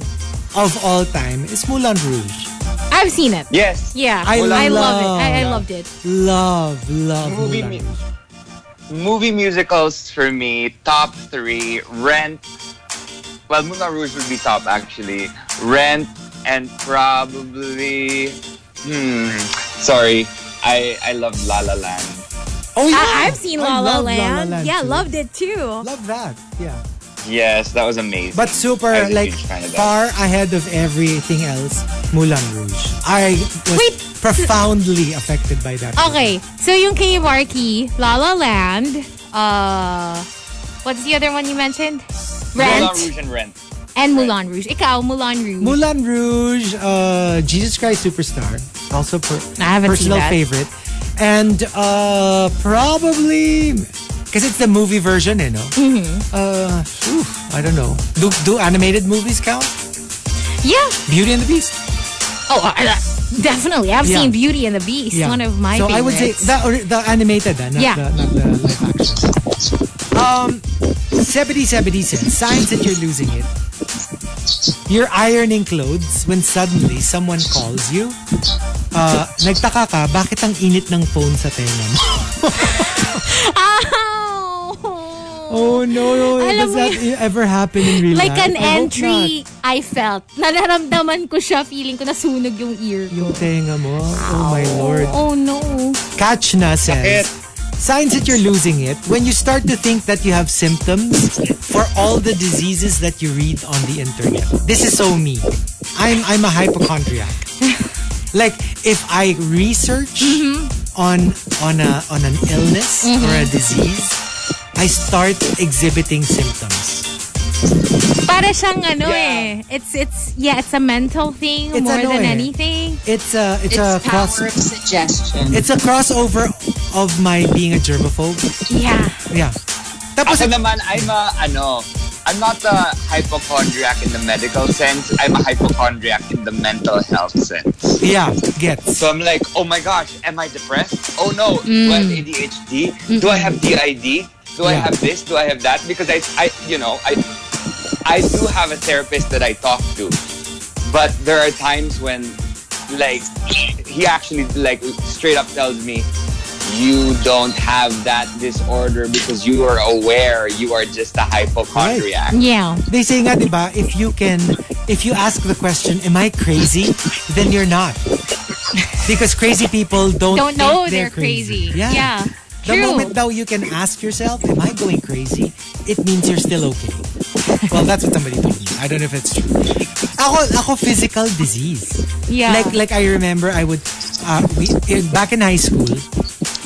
Speaker 2: of all time is Moulin Rouge.
Speaker 3: I've seen it.
Speaker 4: Yes.
Speaker 3: Yeah,
Speaker 2: I
Speaker 3: I,
Speaker 2: love-
Speaker 3: love it. I, I loved it.
Speaker 2: Love, love
Speaker 4: Movie
Speaker 2: Moulin
Speaker 4: mu-
Speaker 2: Rouge.
Speaker 4: Movie musicals for me, top three. Rent. Well, Moulin Rouge would be top actually. Rent and probably. Hmm. Sorry, I I love La La Land.
Speaker 2: Oh, yeah.
Speaker 3: I, I've seen
Speaker 2: I
Speaker 3: La La
Speaker 2: love
Speaker 3: Land. yeah,
Speaker 2: too.
Speaker 3: loved it too.
Speaker 2: Love that. Yeah.
Speaker 4: Yes, that was amazing.
Speaker 2: But
Speaker 4: I
Speaker 2: super,
Speaker 4: was a
Speaker 2: like,
Speaker 4: huge fan of that.
Speaker 2: far ahead of everything else, Moulin Rouge. I was
Speaker 3: Wait.
Speaker 2: profoundly affected by that.
Speaker 3: Okay, so yung kay Marky, La La Land, uh, what's the other one you mentioned?
Speaker 4: Moulin
Speaker 3: Rent
Speaker 4: Rouge and Rent.
Speaker 3: and Moulin Rouge. Ikaw, Moulin Rouge.
Speaker 2: Moulin Rouge, uh, Jesus Christ Superstar, also per-
Speaker 3: I haven't seen
Speaker 2: personal
Speaker 3: that.
Speaker 2: favorite, and uh, probably Because it's the movie version, you know?
Speaker 3: Mm-hmm.
Speaker 2: Uh, oof, I don't know. Do, do animated movies count?
Speaker 3: Yeah.
Speaker 2: Beauty and the Beast.
Speaker 3: Oh, I, I- definitely. I've
Speaker 2: Yeah.
Speaker 3: seen Beauty and the Beast. One of my
Speaker 2: So I
Speaker 3: favorites.
Speaker 2: would say the, ori- the animated, ah, not,
Speaker 3: Yeah.
Speaker 2: the, not the live action. Um, 7070 says, signs that you're losing it. You're ironing clothes when suddenly someone calls you. Uh, nagtaka ka, bakit ang init ng phone sa tenga mo?
Speaker 3: Ow!
Speaker 2: Oh no, no.
Speaker 3: Alam
Speaker 2: Does
Speaker 3: mo
Speaker 2: that ever happen in real
Speaker 3: Like
Speaker 2: life?
Speaker 3: an
Speaker 2: I hope
Speaker 3: entry, I felt. Nanaramdaman ko siya. Feeling ko nasunog yung ear.
Speaker 2: not. Yung tenga mo. Oh my lord.
Speaker 3: Oh no.
Speaker 2: Catch na says, signs that you're losing it when you start to think that you have symptoms for all the diseases that you read on the internet. This is so me. I'm I'm a hypochondriac. like if I research on on a on an illness or a disease, I start exhibiting symptoms.
Speaker 3: Para siyang ano eh. It's, it's, yeah, it's a mental thing
Speaker 2: It's
Speaker 3: more
Speaker 2: ano
Speaker 3: than
Speaker 2: eh.
Speaker 3: anything.
Speaker 2: It's a it's,
Speaker 7: It's
Speaker 2: a
Speaker 7: power
Speaker 2: cross
Speaker 7: of suggestion.
Speaker 2: it's a crossover of my being a germaphobe.
Speaker 3: Yeah.
Speaker 2: Yeah. Tapos
Speaker 4: Ako naman, I'm a, ano, I'm not a hypochondriac in the medical sense. I'm a hypochondriac in the mental health sense.
Speaker 2: yeah, gets.
Speaker 4: So I'm like, oh my gosh, am I depressed? Oh no, do I have ADHD? Do I have DID? Do I
Speaker 2: Yeah.
Speaker 4: have this? Do I have that? Because I, I, you know, I, I do have a therapist that I talk to, but there are times when, like, he actually like straight up tells me, you don't have that disorder because you are aware. You are just a hypochondriac.
Speaker 3: Yeah.
Speaker 2: They say nga, di ba, if you can, if you ask the question, am I crazy? Then you're not. Because crazy people don't,
Speaker 3: Don't
Speaker 2: think
Speaker 3: know
Speaker 2: they're,
Speaker 3: they're crazy.
Speaker 2: Yeah.
Speaker 3: Yeah.
Speaker 2: The
Speaker 3: True.
Speaker 2: moment though you can ask yourself, am I going crazy? It means you're still okay. well, that's what somebody told me. I don't know if it's true. Ako, ako physical disease.
Speaker 3: Yeah.
Speaker 2: Like like I remember I would uh, we in, back in high school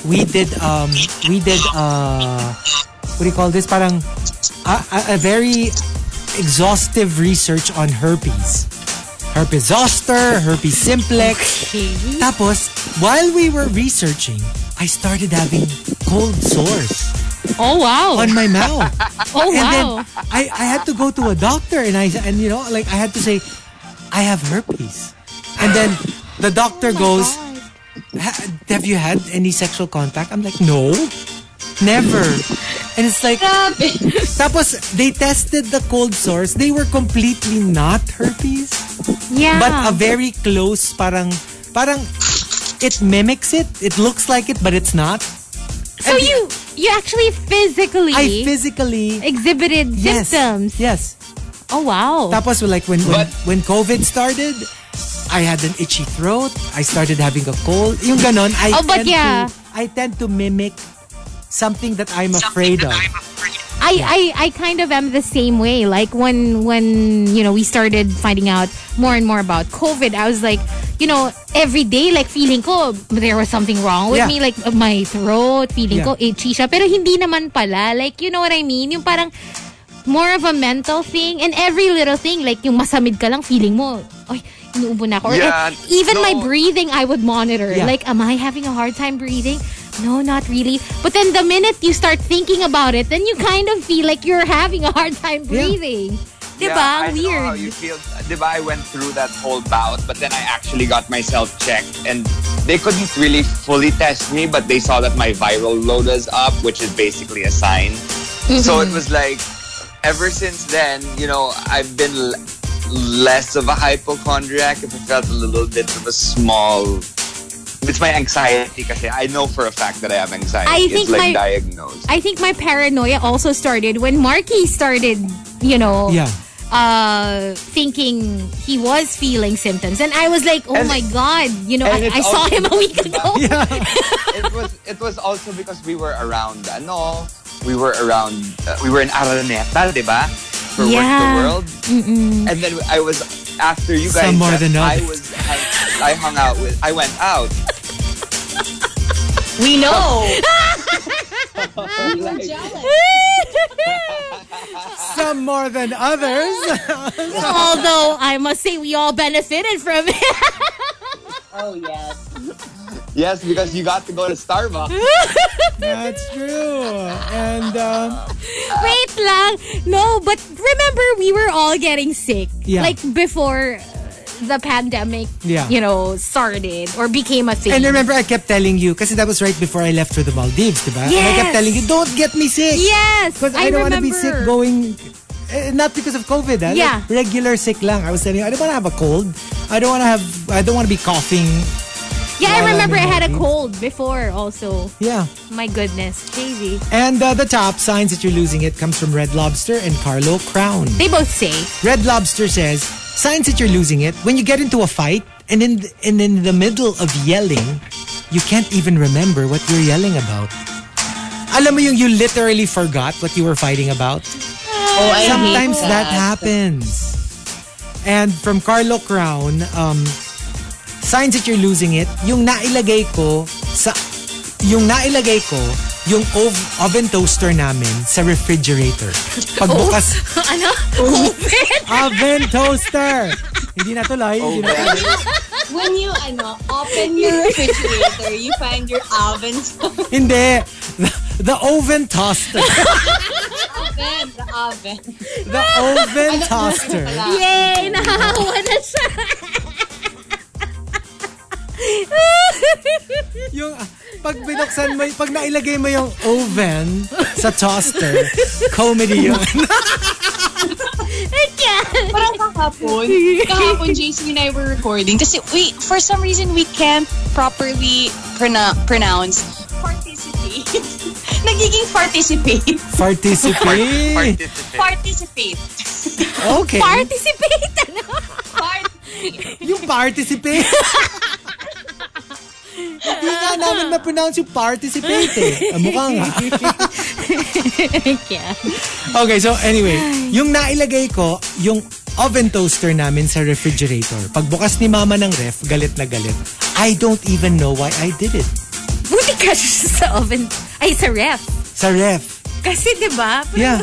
Speaker 2: we did um we did uh what do you call this parang a, a, a very exhaustive research on herpes. Herpes zoster, herpes simplex. Tapos while we were researching, I started having cold sores
Speaker 3: oh wow.
Speaker 2: on my mouth.
Speaker 3: oh
Speaker 2: And then
Speaker 3: wow.
Speaker 2: I, I had to go to a doctor and I and you know like I had to say I have herpes. And then the
Speaker 3: Oh
Speaker 2: doctor goes, "Ha- "Have you had any sexual contact?" I'm like, "No. Never." And it's like Tapos they tested the cold sores. They were completely not herpes,
Speaker 3: yeah.
Speaker 2: but a very close parang parang it mimics it. It looks like it, but it's not.
Speaker 3: so you you actually physically
Speaker 2: I physically
Speaker 3: exhibited
Speaker 2: yes,
Speaker 3: symptoms.
Speaker 2: Yes.
Speaker 3: Oh wow.
Speaker 2: Tapos like when when,
Speaker 4: But-
Speaker 2: when COVID started, I had an itchy throat. I started having a cold. Yung ganon, I
Speaker 3: Oh, but
Speaker 2: tend
Speaker 3: yeah.
Speaker 2: to I tend to mimic something that I'm afraid of.
Speaker 3: I, I I kind of am the same way. Like when when you know we started finding out more and more about COVID, I was like, you know, every day like feeling ko there was something wrong with
Speaker 2: Yeah.
Speaker 3: me, like my throat, feeling
Speaker 2: Yeah.
Speaker 3: ko itchy siya. Pero hindi naman pala. Like you know what I mean? Yung parang more of a mental thing and every little thing like yung masamid ka lang feeling mo oy inuubo na ako Or
Speaker 4: Yeah,
Speaker 3: even my
Speaker 4: no.
Speaker 3: breathing I would monitor
Speaker 2: Yeah.
Speaker 3: like am I having a hard time breathing no not really but then the minute you start thinking about it then you kind of feel like you're having a hard time breathing
Speaker 4: Yeah,
Speaker 3: diba
Speaker 4: I know how
Speaker 3: weird
Speaker 4: you feel. Diba, I went through that whole bout, but then I actually got myself checked, and they couldn't really fully test me, but they saw that my viral load is up, which is basically a sign. So
Speaker 3: Mm-hmm.
Speaker 4: it was like, ever since then, you know, I've been l- less of a hypochondriac. If it felt a little bit of a small. It's my anxiety, kasi I know for a fact that I have anxiety.
Speaker 3: I think
Speaker 4: it's
Speaker 3: my-
Speaker 4: like diagnosed.
Speaker 3: I think my paranoia also started when Marky started you know
Speaker 2: Yeah.
Speaker 3: uh, thinking he was feeling symptoms. And I was like, oh
Speaker 4: And-
Speaker 3: my God, you know,
Speaker 4: and
Speaker 3: I,
Speaker 4: it's
Speaker 3: I saw
Speaker 4: also-
Speaker 3: him a week ago.
Speaker 4: it was it was also because we were around ano we were around uh, we were in Araneta, di ba? For
Speaker 3: Yeah.
Speaker 4: work the world.
Speaker 6: Mm.
Speaker 4: And then I was after you guys
Speaker 2: Some more
Speaker 4: left,
Speaker 2: than
Speaker 4: I
Speaker 2: others.
Speaker 4: was I, I hung out with I went out.
Speaker 5: We know.
Speaker 2: Some more than others.
Speaker 3: Although I must say, we all benefited from it.
Speaker 5: oh, yes.
Speaker 4: Yes, because you got to go to Starbucks.
Speaker 2: That's true. And um,
Speaker 3: Wait lang. No, but remember we were all getting sick.
Speaker 2: Yeah.
Speaker 3: Like before uh, the pandemic,
Speaker 2: Yeah.
Speaker 3: you know, started or became a thing.
Speaker 2: and remember, I kept telling you because that was right before I left for the Maldives, diba? And I kept
Speaker 3: Yes.
Speaker 2: telling you, don't get me sick.
Speaker 3: Yes.
Speaker 2: Because I, don't want to be sick
Speaker 3: remember.
Speaker 2: going. eh, not because of COVID, ah. Like,
Speaker 3: Yeah.
Speaker 2: regular sick lang. I was telling you, I don't want to have a cold. I don't want to have. I don't want to be coughing. while
Speaker 3: Yeah, I
Speaker 2: I'm
Speaker 3: remember I
Speaker 2: in
Speaker 3: had a
Speaker 2: Maldives.
Speaker 3: cold before also.
Speaker 2: Yeah.
Speaker 3: My goodness. Crazy.
Speaker 2: And uh, the top signs that you're losing it comes from Red Lobster and Carlo Crown.
Speaker 3: They both say.
Speaker 2: Red Lobster says signs that you're losing it when you get into a fight and in and in the middle of yelling, you can't even remember what you're yelling about. Alam mo yung you literally forgot what you were fighting about.
Speaker 7: Oh, I hate
Speaker 2: Sometimes that happens. And from Carlo Crown, um, signs that you're losing it, yung nailagay ko sa yung nailagay ko yung ov- oven toaster namin sa refrigerator. Pagbukas,
Speaker 3: ano?
Speaker 2: Oh.
Speaker 3: Open?
Speaker 2: oven toaster. Hindi na tuloy.
Speaker 6: Oh,
Speaker 2: hindi na tuloy.
Speaker 7: When you, ano, open your refrigerator, you find your oven
Speaker 2: Hindi. The, the oven toaster.
Speaker 7: oven, the oven.
Speaker 2: The
Speaker 7: Ano-
Speaker 2: oven toaster.
Speaker 3: Yay! Nakakawa na siya.
Speaker 2: Yung pag binuksan mo, pag nailagay mo yung oven sa toaster, comedy yun.
Speaker 7: Parang kahapon, kahapon JC and I were recording kasi we, for some reason, we can't properly prona- pronounce participate. Nagiging participate.
Speaker 2: Participate.
Speaker 7: Participate.
Speaker 2: Okay.
Speaker 3: Participate! Ano?
Speaker 7: Part-
Speaker 2: Yung participate. Hindi nga namin ma-pronounce yung participate eh. Ah, Mukha nga.
Speaker 3: yeah.
Speaker 2: Okay, so anyway, yung nailagay ko, yung oven toaster namin sa refrigerator. Pagbukas ni mama ng ref, galit na galit. I don't even know why I did it.
Speaker 3: Buti ka siya sa oven. Ay, sa ref.
Speaker 2: Sa ref.
Speaker 3: Kasi, di ba? Parang-
Speaker 2: Yeah.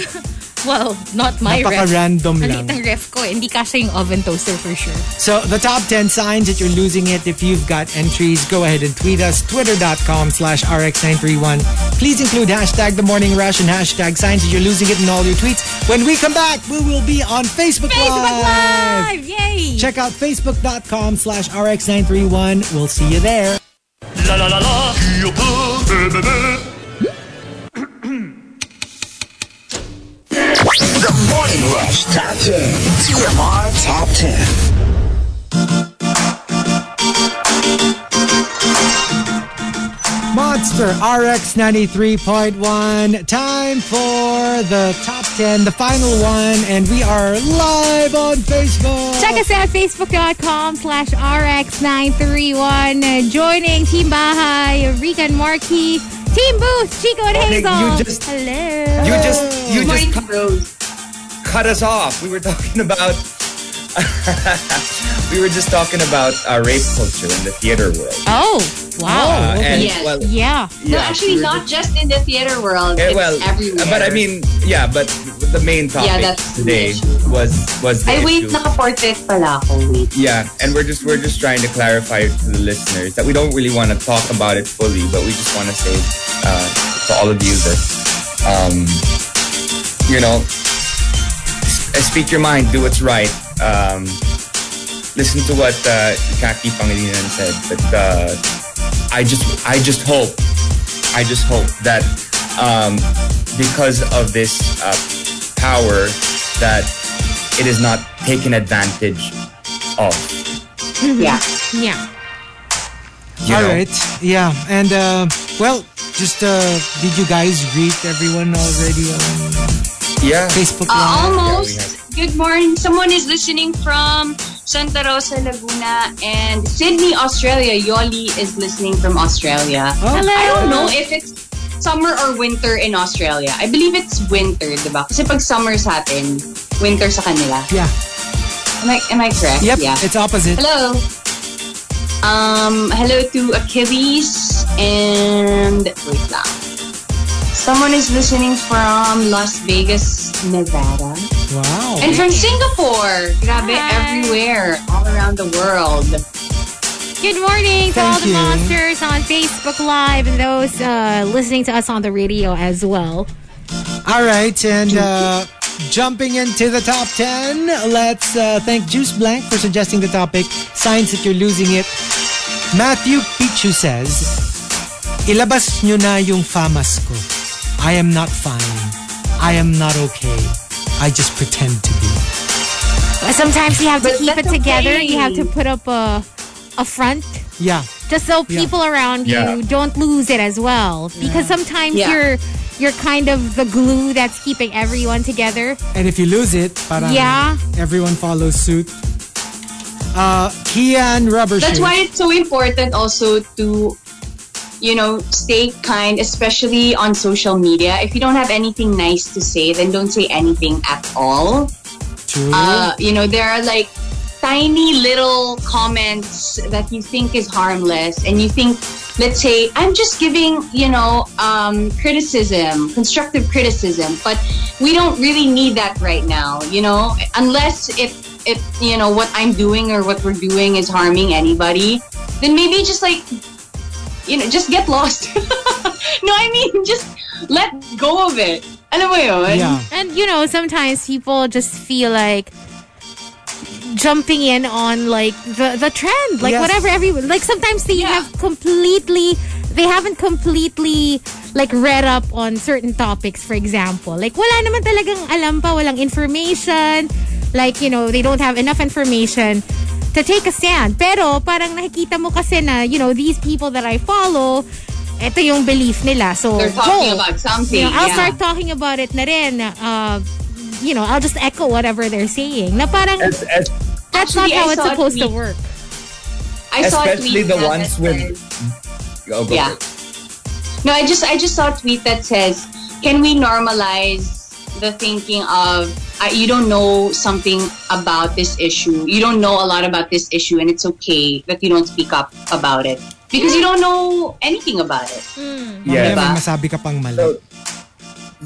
Speaker 3: Well, not my ref.
Speaker 2: Napaka-random lang.
Speaker 3: Maliit ang ref ko. eh. Hindi kasha yung oven toaster for sure.
Speaker 2: So, the top 10 signs that you're losing it. If you've got entries, go ahead and tweet us. Twitter.com slash RX931. Please include hashtag The Morning Rush and hashtag signs that you're losing it in all your tweets. When we come back, we will be on Facebook,
Speaker 3: Facebook Live! Yay!
Speaker 2: Check out facebook.com slash RX931. We'll see you there.
Speaker 9: La la la la, qui a peur? Eh, eh, eh.
Speaker 8: The Morning Rush Top 10. TMR Top 10.
Speaker 2: Monster RX 93.1. Time for the top 10, the final one, and we are live on Facebook.
Speaker 3: Check us out, facebook.com slash rx931. Uh, Joining Team Bahay, Rika and Marky, Team Booth, Chico and
Speaker 4: Nick,
Speaker 3: Hazel.
Speaker 4: you just-
Speaker 3: Hello.
Speaker 4: You just you just cut, cut us off. We were talking about we were just talking about uh, rape culture in the theater world.
Speaker 3: oh, wow.
Speaker 4: Uh, and
Speaker 6: Yes.
Speaker 4: well,
Speaker 3: yeah.
Speaker 6: No,
Speaker 4: yeah,
Speaker 6: actually,
Speaker 4: we were
Speaker 6: not just in the theater world.
Speaker 4: Eh,
Speaker 6: it's
Speaker 4: well,
Speaker 6: everywhere.
Speaker 4: but I mean, yeah, but the main topic
Speaker 6: that's the
Speaker 4: today was was the
Speaker 6: Ay, wait,
Speaker 4: issue.
Speaker 6: naka-portrait pala ako. Wait.
Speaker 4: Yeah, and we're just we're just trying to clarify to the listeners that we don't really want to talk about it fully, but we just want to say uh, to all of you that um, you know, s- uh, speak your mind, do what's right. Um, listen to what uh, Kaki Pangilinan said. But uh, I just I just hope I just hope that um, because of this uh, power that it is not taken advantage of.
Speaker 3: Yeah.
Speaker 4: you
Speaker 2: All
Speaker 4: know?
Speaker 2: right. Yeah. And, uh, well, just, uh, did you guys greet everyone already on
Speaker 4: Yeah.
Speaker 2: Facebook
Speaker 7: Uh,
Speaker 2: Live?
Speaker 7: almost.
Speaker 4: Yeah,
Speaker 7: Good morning. Someone is listening from Santa Rosa, Laguna, and Sydney, Australia. Yoli is listening from Australia.
Speaker 2: Hello.
Speaker 7: I don't know if it's summer or winter in Australia. I believe it's winter, di ba? Kasi pag summer sa atin, winter sa kanila.
Speaker 2: Yeah.
Speaker 7: Am I, am I correct?
Speaker 2: Yep.
Speaker 7: Yeah.
Speaker 2: It's opposite.
Speaker 7: Hello. Um, hello to Achilles and wait lang. Someone is listening from Las Vegas, Nevada.
Speaker 2: Wow.
Speaker 7: And from Singapore. Grabe,
Speaker 3: Hi.
Speaker 7: everywhere. All around the world.
Speaker 3: Good morning to
Speaker 2: Thank
Speaker 3: all the
Speaker 2: you.
Speaker 3: monsters on Facebook Live and those uh, listening to us on the radio as well.
Speaker 2: All right, and uh, jumping into the top 10, let's uh, thank Juice Blank for suggesting the topic Signs That You're Losing It. Matthew Pichu says, Ilabas nyo na yung famas ko. I am not fine. I am not okay. I just pretend to be.
Speaker 3: But Sometimes you have to
Speaker 10: But
Speaker 3: keep it
Speaker 10: that's
Speaker 3: together.
Speaker 10: okay.
Speaker 3: You have to put up a, a front
Speaker 2: Yeah.
Speaker 3: just so
Speaker 2: Yeah.
Speaker 3: people around
Speaker 11: Yeah.
Speaker 3: you don't lose it as well. Because sometimes
Speaker 12: Yeah.
Speaker 3: you're you're kind of the glue that's keeping everyone together.
Speaker 2: And if you lose it, parang
Speaker 3: Yeah.
Speaker 2: everyone follows suit. Uh, Kian Rubber
Speaker 6: That's
Speaker 2: Shoe.
Speaker 6: why it's so important also to, you know, stay kind, especially on social media. If you don't have anything nice to say, then don't say anything at all.
Speaker 2: True.
Speaker 6: Uh, you know, there are like tiny little comments that you think is harmless and you think let's say i'm just giving you know um, criticism constructive criticism but we don't really need that right now you know unless if if you know what i'm doing or what we're doing is harming anybody then maybe just like you know just get lost no i mean just let go of it alam mo yun
Speaker 2: yeah.
Speaker 3: And you know, sometimes people just feel like jumping in on like the the trend, like
Speaker 2: Yes.
Speaker 3: whatever everyone like sometimes they
Speaker 6: Yeah.
Speaker 3: have completely they haven't completely like read up on certain topics for example. Like wala naman talagang alam pa, walang information. Like you know, they don't have enough information to take a stand. Pero parang nakikita mo kasi na you know, these people that I follow, ito yung belief nila. So
Speaker 6: they're talking
Speaker 3: go.
Speaker 6: about something
Speaker 3: You know, I'll
Speaker 6: yeah.
Speaker 3: start talking about it na rin. Uh, you know, I'll just echo whatever they're saying. Na parang,
Speaker 4: Es- es-
Speaker 3: that's
Speaker 6: Actually,
Speaker 3: not how
Speaker 6: I
Speaker 3: it's
Speaker 6: saw a
Speaker 3: supposed to
Speaker 6: tweet.
Speaker 3: work.
Speaker 6: I saw a
Speaker 4: especially
Speaker 6: tweet
Speaker 4: the
Speaker 6: now
Speaker 4: ones
Speaker 6: that
Speaker 4: with.
Speaker 6: says-
Speaker 4: Oh, go
Speaker 6: yeah.
Speaker 4: for it.
Speaker 6: No, I just I just saw a tweet that says, "Can we normalize the thinking of uh, you don't know something about this issue, you don't know a lot about this issue, and it's okay that you don't speak up about it because you don't know anything about it."
Speaker 2: Mamaya
Speaker 4: Yeah.
Speaker 2: may masabi ka pang mali.
Speaker 4: So,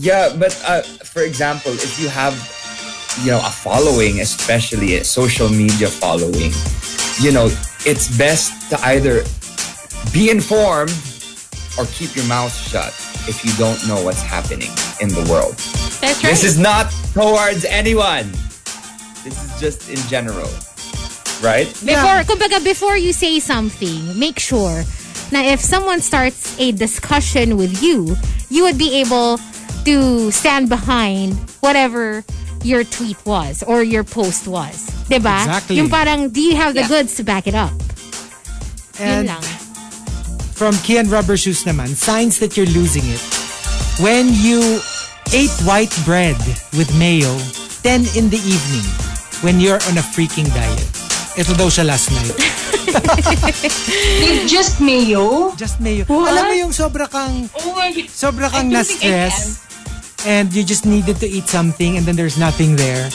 Speaker 4: yeah, but uh, for example, if you have, you know, a following, especially a social media following, you know, it's best to either be informed or keep your mouth shut if you don't know what's happening in the world.
Speaker 3: That's
Speaker 4: This is not towards anyone. This is just in general, right?
Speaker 3: Before, kumbaga, before you say something, make sure na if someone starts a discussion with you, you would be able to stand behind whatever your tweet was or your post was. Diba?
Speaker 2: Exactly.
Speaker 3: Yung parang, do you have the
Speaker 6: Yeah.
Speaker 3: goods to back it up?
Speaker 2: And-
Speaker 3: Yun lang.
Speaker 2: from Kian Rubber Shoes naman, signs that you're losing it. When you ate white bread with mayo, 10 in the evening, when you're on a freaking diet. Ito daw siya last night.
Speaker 6: With just mayo.
Speaker 2: Just mayo.
Speaker 6: What?
Speaker 2: Alam mo yung sobra kang,
Speaker 6: Oh my god.
Speaker 2: sobra kang
Speaker 6: I don't think I
Speaker 2: na-stress and you just needed to eat something and then there's nothing there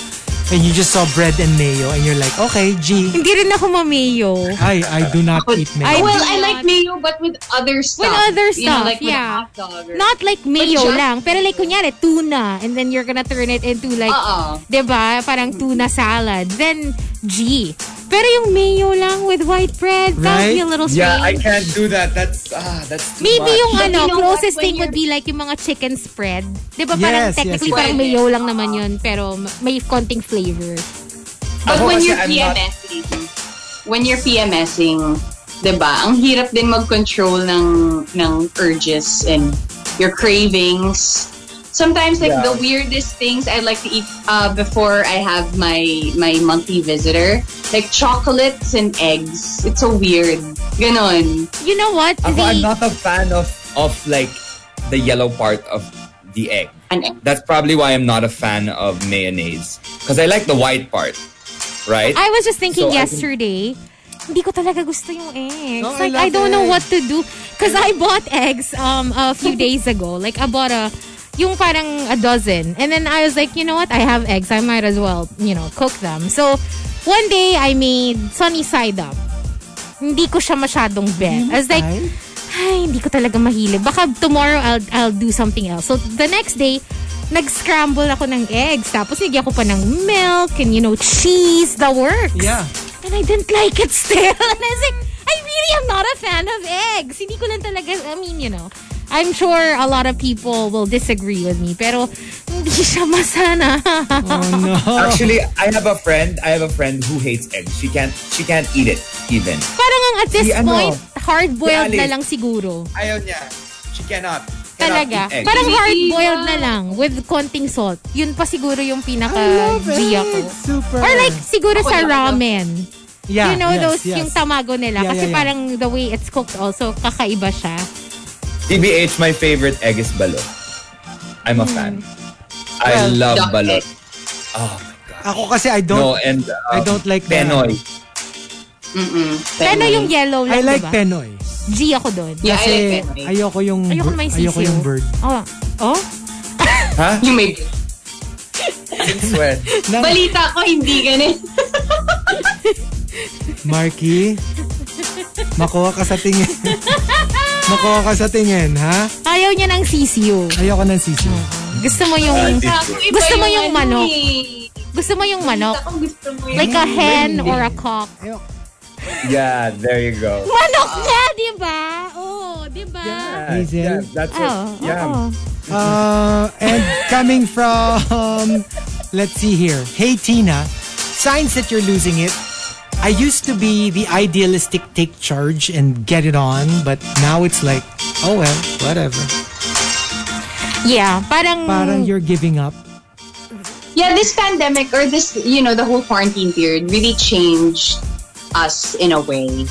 Speaker 2: and you just saw bread and mayo and you're like, okay, gee,
Speaker 3: Hindi rin ako mamayo.
Speaker 2: I, I do not
Speaker 6: But-
Speaker 2: eat
Speaker 3: I
Speaker 2: mayo.
Speaker 6: well,
Speaker 3: do
Speaker 6: I
Speaker 3: not-
Speaker 6: like mayo, but with other stuff.
Speaker 3: other
Speaker 6: you
Speaker 3: stuff,
Speaker 6: know, like
Speaker 3: yeah.
Speaker 6: with hot dog. Or,
Speaker 3: Not like mayo
Speaker 6: just-
Speaker 3: lang, pero like kunyari tuna and then you're gonna turn it into like,
Speaker 6: Uh-oh.
Speaker 3: 'di ba? Parang tuna salad. Then G. Pero yung mayo lang with white bread, that would be a
Speaker 2: Right?
Speaker 3: little
Speaker 4: Yeah, I
Speaker 3: strange.
Speaker 4: can't do that. That's ah, that's too
Speaker 3: Maybe
Speaker 4: much.
Speaker 3: yung
Speaker 6: But
Speaker 3: ano,
Speaker 6: you know what,
Speaker 3: closest
Speaker 6: when
Speaker 3: thing would be
Speaker 6: you're-
Speaker 3: like yung mga chicken spread. 'Di ba
Speaker 2: Yes,
Speaker 3: parang
Speaker 2: yes,
Speaker 3: technically
Speaker 2: yes.
Speaker 3: parang
Speaker 6: Pwede.
Speaker 3: mayo lang naman
Speaker 6: Uh-uh.
Speaker 3: 'yun, pero may konting flavor.
Speaker 6: But
Speaker 4: Ako
Speaker 6: when
Speaker 4: kasi
Speaker 6: you're
Speaker 4: I'm not-
Speaker 6: PMSing, when you're PMSing, 'di ba? diba, Ang hirap din mag-control ng ng urges and your cravings. Sometimes like
Speaker 4: Yeah.
Speaker 6: the weirdest things I like to eat uh, before I have my my monthly visitor, like chocolates and eggs. It's so weird. Ganon.
Speaker 3: You know what?
Speaker 4: Ako, ano?
Speaker 3: The,
Speaker 4: I'm not a fan of of like the yellow part of the egg.
Speaker 6: An egg.
Speaker 4: That's probably why I'm not a fan of mayonnaise because I like the white part, right?
Speaker 3: I was just thinking
Speaker 4: So, I think-
Speaker 3: yesterday, hindi ko talaga gusto yung eggs.
Speaker 2: No, I
Speaker 3: like,
Speaker 2: love
Speaker 3: I don't know
Speaker 2: eggs.
Speaker 3: what to do. Because I bought eggs um a few days ago. Like, I bought a, yung parang a dozen. And then I was like, you know what? I have eggs. I might as well, you know, cook them. So, one day, I made sunny side up. Hindi ko siya masyadong bet. I was like,
Speaker 2: Ay,
Speaker 3: ay, hindi ko talaga mahilig. Baka tomorrow I'll, I'll do something else. So, the next day, nag-scramble ako ng eggs. Tapos, nigyan ko pa ng milk and, you know, cheese, the works.
Speaker 2: yeah.
Speaker 3: And I didn't like it still. And I was like, I really am not a fan of eggs. Hindi ko lang talaga, I mean, you know, I'm sure a lot of people will disagree with me. Pero, hindi siya masana.
Speaker 4: Mm.
Speaker 2: Oh,
Speaker 4: Actually, I have a friend. I have a friend who hates eggs. She can't. She can't eat it even.
Speaker 3: Parang ang at this
Speaker 4: Si ano,
Speaker 3: point, hard-boiled
Speaker 4: si
Speaker 3: na
Speaker 4: Alice.
Speaker 3: lang siguro.
Speaker 4: Ayaw niya. She cannot. cannot
Speaker 3: Talaga.
Speaker 4: eat eggs.
Speaker 3: Parang hard-boiled na lang with konting salt. Yun pa siguro yung pinaka-G ako.
Speaker 2: Super.
Speaker 3: Or like, siguro
Speaker 2: Ako
Speaker 3: sa
Speaker 2: lang,
Speaker 3: ramen.
Speaker 2: Yeah,
Speaker 3: you know
Speaker 2: yes,
Speaker 3: those,
Speaker 2: yes.
Speaker 3: yung tamago nila.
Speaker 4: Yeah,
Speaker 3: Kasi
Speaker 4: yeah, yeah.
Speaker 3: parang the way it's cooked also, kakaiba siya.
Speaker 4: TBH, my favorite egg is balot. I'm a
Speaker 3: Hmm.
Speaker 4: fan. I
Speaker 2: Well,
Speaker 4: love
Speaker 2: duck
Speaker 4: balot. Oh,
Speaker 2: Ako kasi I don't
Speaker 4: no, and um,
Speaker 2: I don't like the-
Speaker 4: penoy.
Speaker 3: Penoy yung yellow lang,
Speaker 2: I like
Speaker 3: diba?
Speaker 2: penoy.
Speaker 3: G ako doon.
Speaker 2: Kasi Ayoko yung
Speaker 3: Ayoko
Speaker 2: bir-
Speaker 3: may sisiw.
Speaker 2: ayoko yung bird.
Speaker 3: Oh. Oh?
Speaker 4: Ha?
Speaker 7: You may be.
Speaker 4: Sweat.
Speaker 7: Balita ko, hindi ganun.
Speaker 2: Marky, makuha ka sa tingin. makuha ka sa tingin, ha?
Speaker 3: Ayaw niya ng sisiyo.
Speaker 2: Ayoko ng sisiw.
Speaker 3: Gusto mo yung... gusto mo yung manok. Gusto mo yung manok. Like a hen or a cock.
Speaker 4: Yeah, there you go.
Speaker 3: Manok nga, di ba? Oh, di ba?
Speaker 4: Yeah, that's it.
Speaker 3: Oh,
Speaker 4: yeah.
Speaker 3: oh.
Speaker 2: Uh, and coming from, let's see here. Hey Tina, signs that you're losing it. I used to be the idealistic take charge and get it on, but now it's like, oh well, whatever.
Speaker 3: Yeah, parang...
Speaker 7: Oh.
Speaker 2: Parang you're giving up.
Speaker 7: Yeah, this pandemic or this, you know, the whole quarantine period really changed us in a way.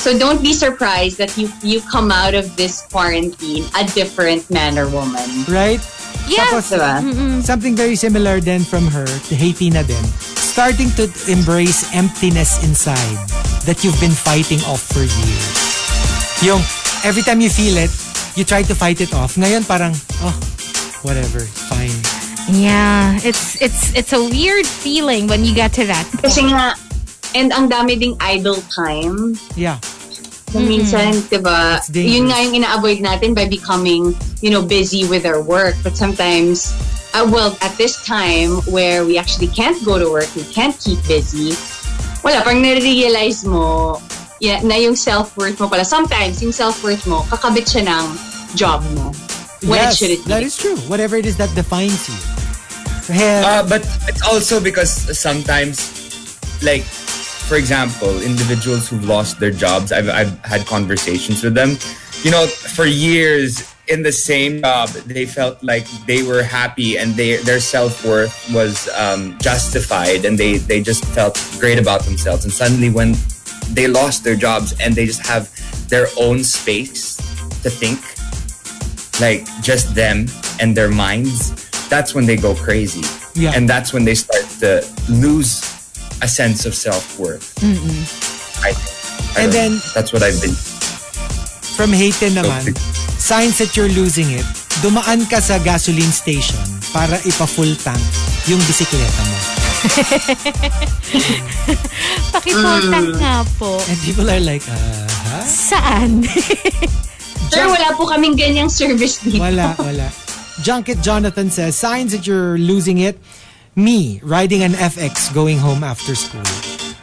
Speaker 7: So don't be surprised that you you come out of this quarantine a different man or woman.
Speaker 2: right?
Speaker 3: Yeah.
Speaker 2: Tapos,
Speaker 7: Diba?
Speaker 2: Mm, something very similar then from her to Haytina din. Starting to embrace emptiness inside that you've been fighting off for years. Yung, every time you feel it, you try to fight it off. Ngayon parang, oh, whatever, fine.
Speaker 3: Yeah, it's it's it's a weird feeling when you get to that.
Speaker 7: Kasi nga, and ang dami ding idle time.
Speaker 2: Yeah.
Speaker 7: So minsan, di ba,
Speaker 2: dangerous.
Speaker 7: yun nga yung ina-avoid natin by becoming, you know, busy with our work. But sometimes, uh, well, at this time where we actually can't go to work, we can't keep busy, wala, parang nare-realize mo yeah, na yung self-worth mo pala. Sometimes, yung self-worth mo, kakabit siya ng job mo. When
Speaker 2: yes,
Speaker 7: it shouldn't be.
Speaker 2: that is true. Whatever it is that defines you. Hell,
Speaker 4: Uh, but it's also because sometimes, like, for example, individuals who've lost their jobs, I've, I've had conversations with them. You know, for years in the same job, they felt like they were happy and they, their self worth was um, justified and they, they just felt great about themselves. And suddenly, when they lost their jobs and they just have their own space to think, like just them and their minds, that's when they go crazy.
Speaker 2: Yeah.
Speaker 4: And that's when they start to lose a sense of self worth. I, I
Speaker 2: And
Speaker 4: don't-
Speaker 2: then-
Speaker 4: that's what I've been.
Speaker 2: from Hayten naman, signs that you're losing it, dumaan ka sa gasoline station para ipa-full tank yung bisikleta mo.
Speaker 13: Mm.
Speaker 3: Pakipultak nga po.
Speaker 2: And people are like, uh,
Speaker 3: Saan?
Speaker 7: Sir, wala po kaming ganyang service dito.
Speaker 2: Wala, wala. Junket Jonathan says, signs that you're losing it. Me, riding an FX going home after school.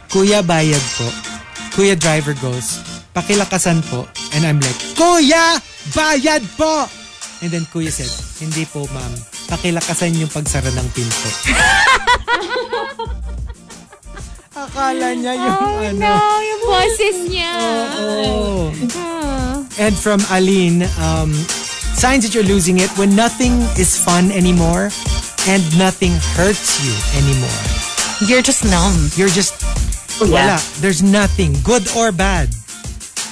Speaker 2: Kuya, bayad po. Kuya, driver goes, pakilakasan po. And I'm like, Kuya, bayad po! And then Kuya said, hindi po ma'am, pakilakasan yung pagsara ng pinto. Akala niya yung ano.
Speaker 3: no, yung boses niya.
Speaker 2: Oh.
Speaker 3: Ah.
Speaker 2: And from Aline, um, signs that you're losing it when nothing is fun anymore and nothing hurts you anymore.
Speaker 3: oh. You're just numb.
Speaker 2: You're just,
Speaker 7: Oh,
Speaker 2: wala.
Speaker 7: yeah.
Speaker 2: There's nothing, good or bad.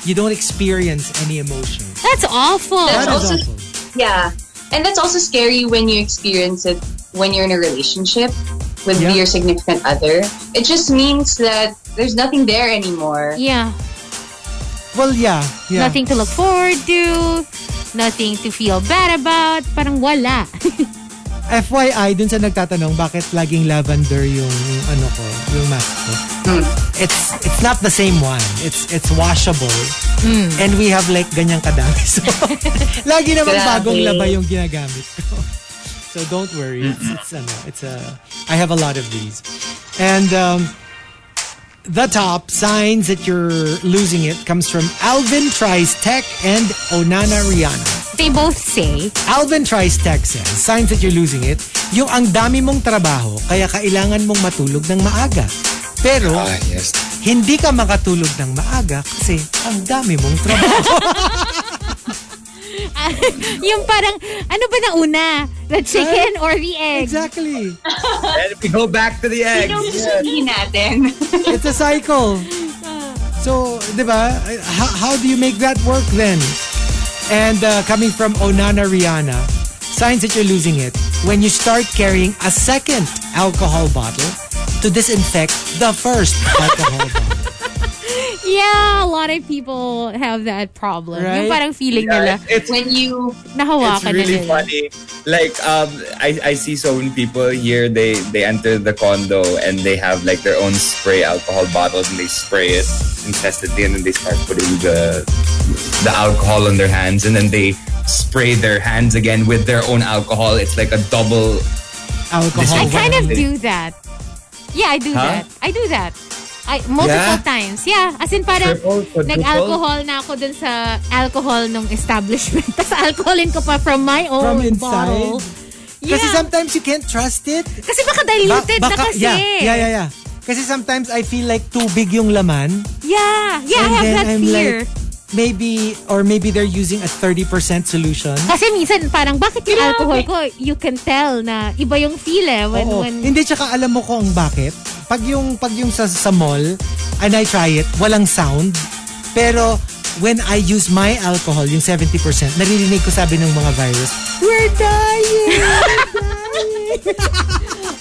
Speaker 2: You don't experience any emotion.
Speaker 3: That's awful.
Speaker 7: That's
Speaker 2: That is
Speaker 7: also-
Speaker 2: awful.
Speaker 7: Yeah. And that's also scary when you experience it when you're in a relationship with
Speaker 2: Yeah.
Speaker 7: your significant other. It just means that there's nothing there anymore.
Speaker 3: yeah,
Speaker 2: Well, yeah. yeah.
Speaker 3: nothing to look forward to. Nothing to feel bad about. Parang wala.
Speaker 2: FYI, dun sa nagtatanong bakit laging lavender yung ano ko, yung mask ko. It's it's not the same one. It's it's washable. And we have like ganyang kadami. So, lagi namang
Speaker 7: Grabe.
Speaker 2: bagong laba yung ginagamit ko. So don't worry. It's, it's ano, it's a I have a lot of these. And um the top signs that you're losing it comes from Alvin Tries Tech and Onana Rihanna.
Speaker 3: They both say,
Speaker 2: Alvin Tries Tech says, signs that you're losing it, yung ang dami mong trabaho kaya kailangan mong matulog ng maaga. Pero,
Speaker 13: yes.
Speaker 2: hindi ka makatulog ng maaga kasi ang dami mong trabaho.
Speaker 3: yung parang, ano ba na una? The chicken or the egg?
Speaker 2: Exactly.
Speaker 13: And if we go back to the egg.
Speaker 7: Sinusugi natin.
Speaker 2: It's a cycle. So, di ba? How, how do you make that work then? And uh, coming from Onana Rihanna, signs that you're losing it when you start carrying a second alcohol bottle to disinfect the first alcohol bottle.
Speaker 3: Yeah, a lot of people have that problem.
Speaker 2: Right?
Speaker 3: Yung parang feeling
Speaker 13: Yeah,
Speaker 3: nila,
Speaker 13: it's
Speaker 7: When you
Speaker 13: it's
Speaker 3: nahawakan
Speaker 13: really
Speaker 3: na nila.
Speaker 13: funny. Like um, I, I see so many people here. They they enter the condo and they have like their own spray alcohol bottles and they spray it infestedly and then they start putting the the alcohol on their hands and then they spray their hands again with their own alcohol. It's like a double.
Speaker 2: Alcohol
Speaker 3: I kind of
Speaker 13: Wow.
Speaker 3: do that. Yeah, I do
Speaker 13: Huh?
Speaker 3: that. I do that. I, multiple
Speaker 13: Yeah?
Speaker 3: times. Yeah, as in parang
Speaker 13: Triple, quadruple?
Speaker 3: nag-alcohol na ako dun sa alcohol nung establishment. Tapos alcoholin ko pa from my
Speaker 2: From
Speaker 3: own
Speaker 2: inside?
Speaker 3: bottle. Yeah.
Speaker 2: Kasi sometimes you can't trust it.
Speaker 3: Kasi baka
Speaker 2: Ba-
Speaker 3: diluted na kasi.
Speaker 2: Yeah, yeah, yeah, yeah. Kasi sometimes I feel like too big yung laman.
Speaker 3: Yeah, yeah, I
Speaker 2: And
Speaker 3: have
Speaker 2: then
Speaker 3: that
Speaker 2: I'm like,
Speaker 3: fear.
Speaker 2: maybe, or maybe they're using a 30% solution.
Speaker 3: kasi minsan parang bakit yung alcohol ko, you can tell na iba yung feel eh. When,
Speaker 2: Oo.
Speaker 3: when,
Speaker 2: Hindi, tsaka alam mo kung bakit. Pag yung, pag yung sa, sa mall, and I try it, walang sound. Pero, when I use my alcohol, yung 70%, naririnig ko sabi ng mga virus, We're dying!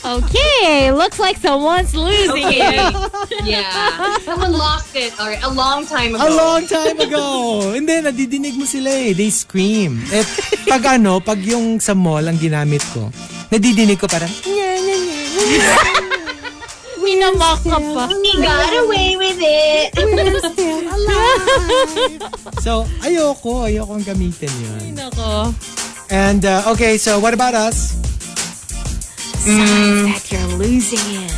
Speaker 3: okay, looks like someone's losing it.
Speaker 6: yeah. Someone lost it already a long time ago.
Speaker 2: A long time ago! Hindi, nadidinig mo sila eh. They scream. At pag ano, pag yung sa mall ang ginamit ko, nadidinig ko parang,
Speaker 3: Minamak ka pa.
Speaker 6: He got away with it.
Speaker 2: so, ayoko, ayoko ang gamitin yun.
Speaker 3: Nako.
Speaker 2: And, uh, okay, so what about us?
Speaker 3: Signs that you're losing it.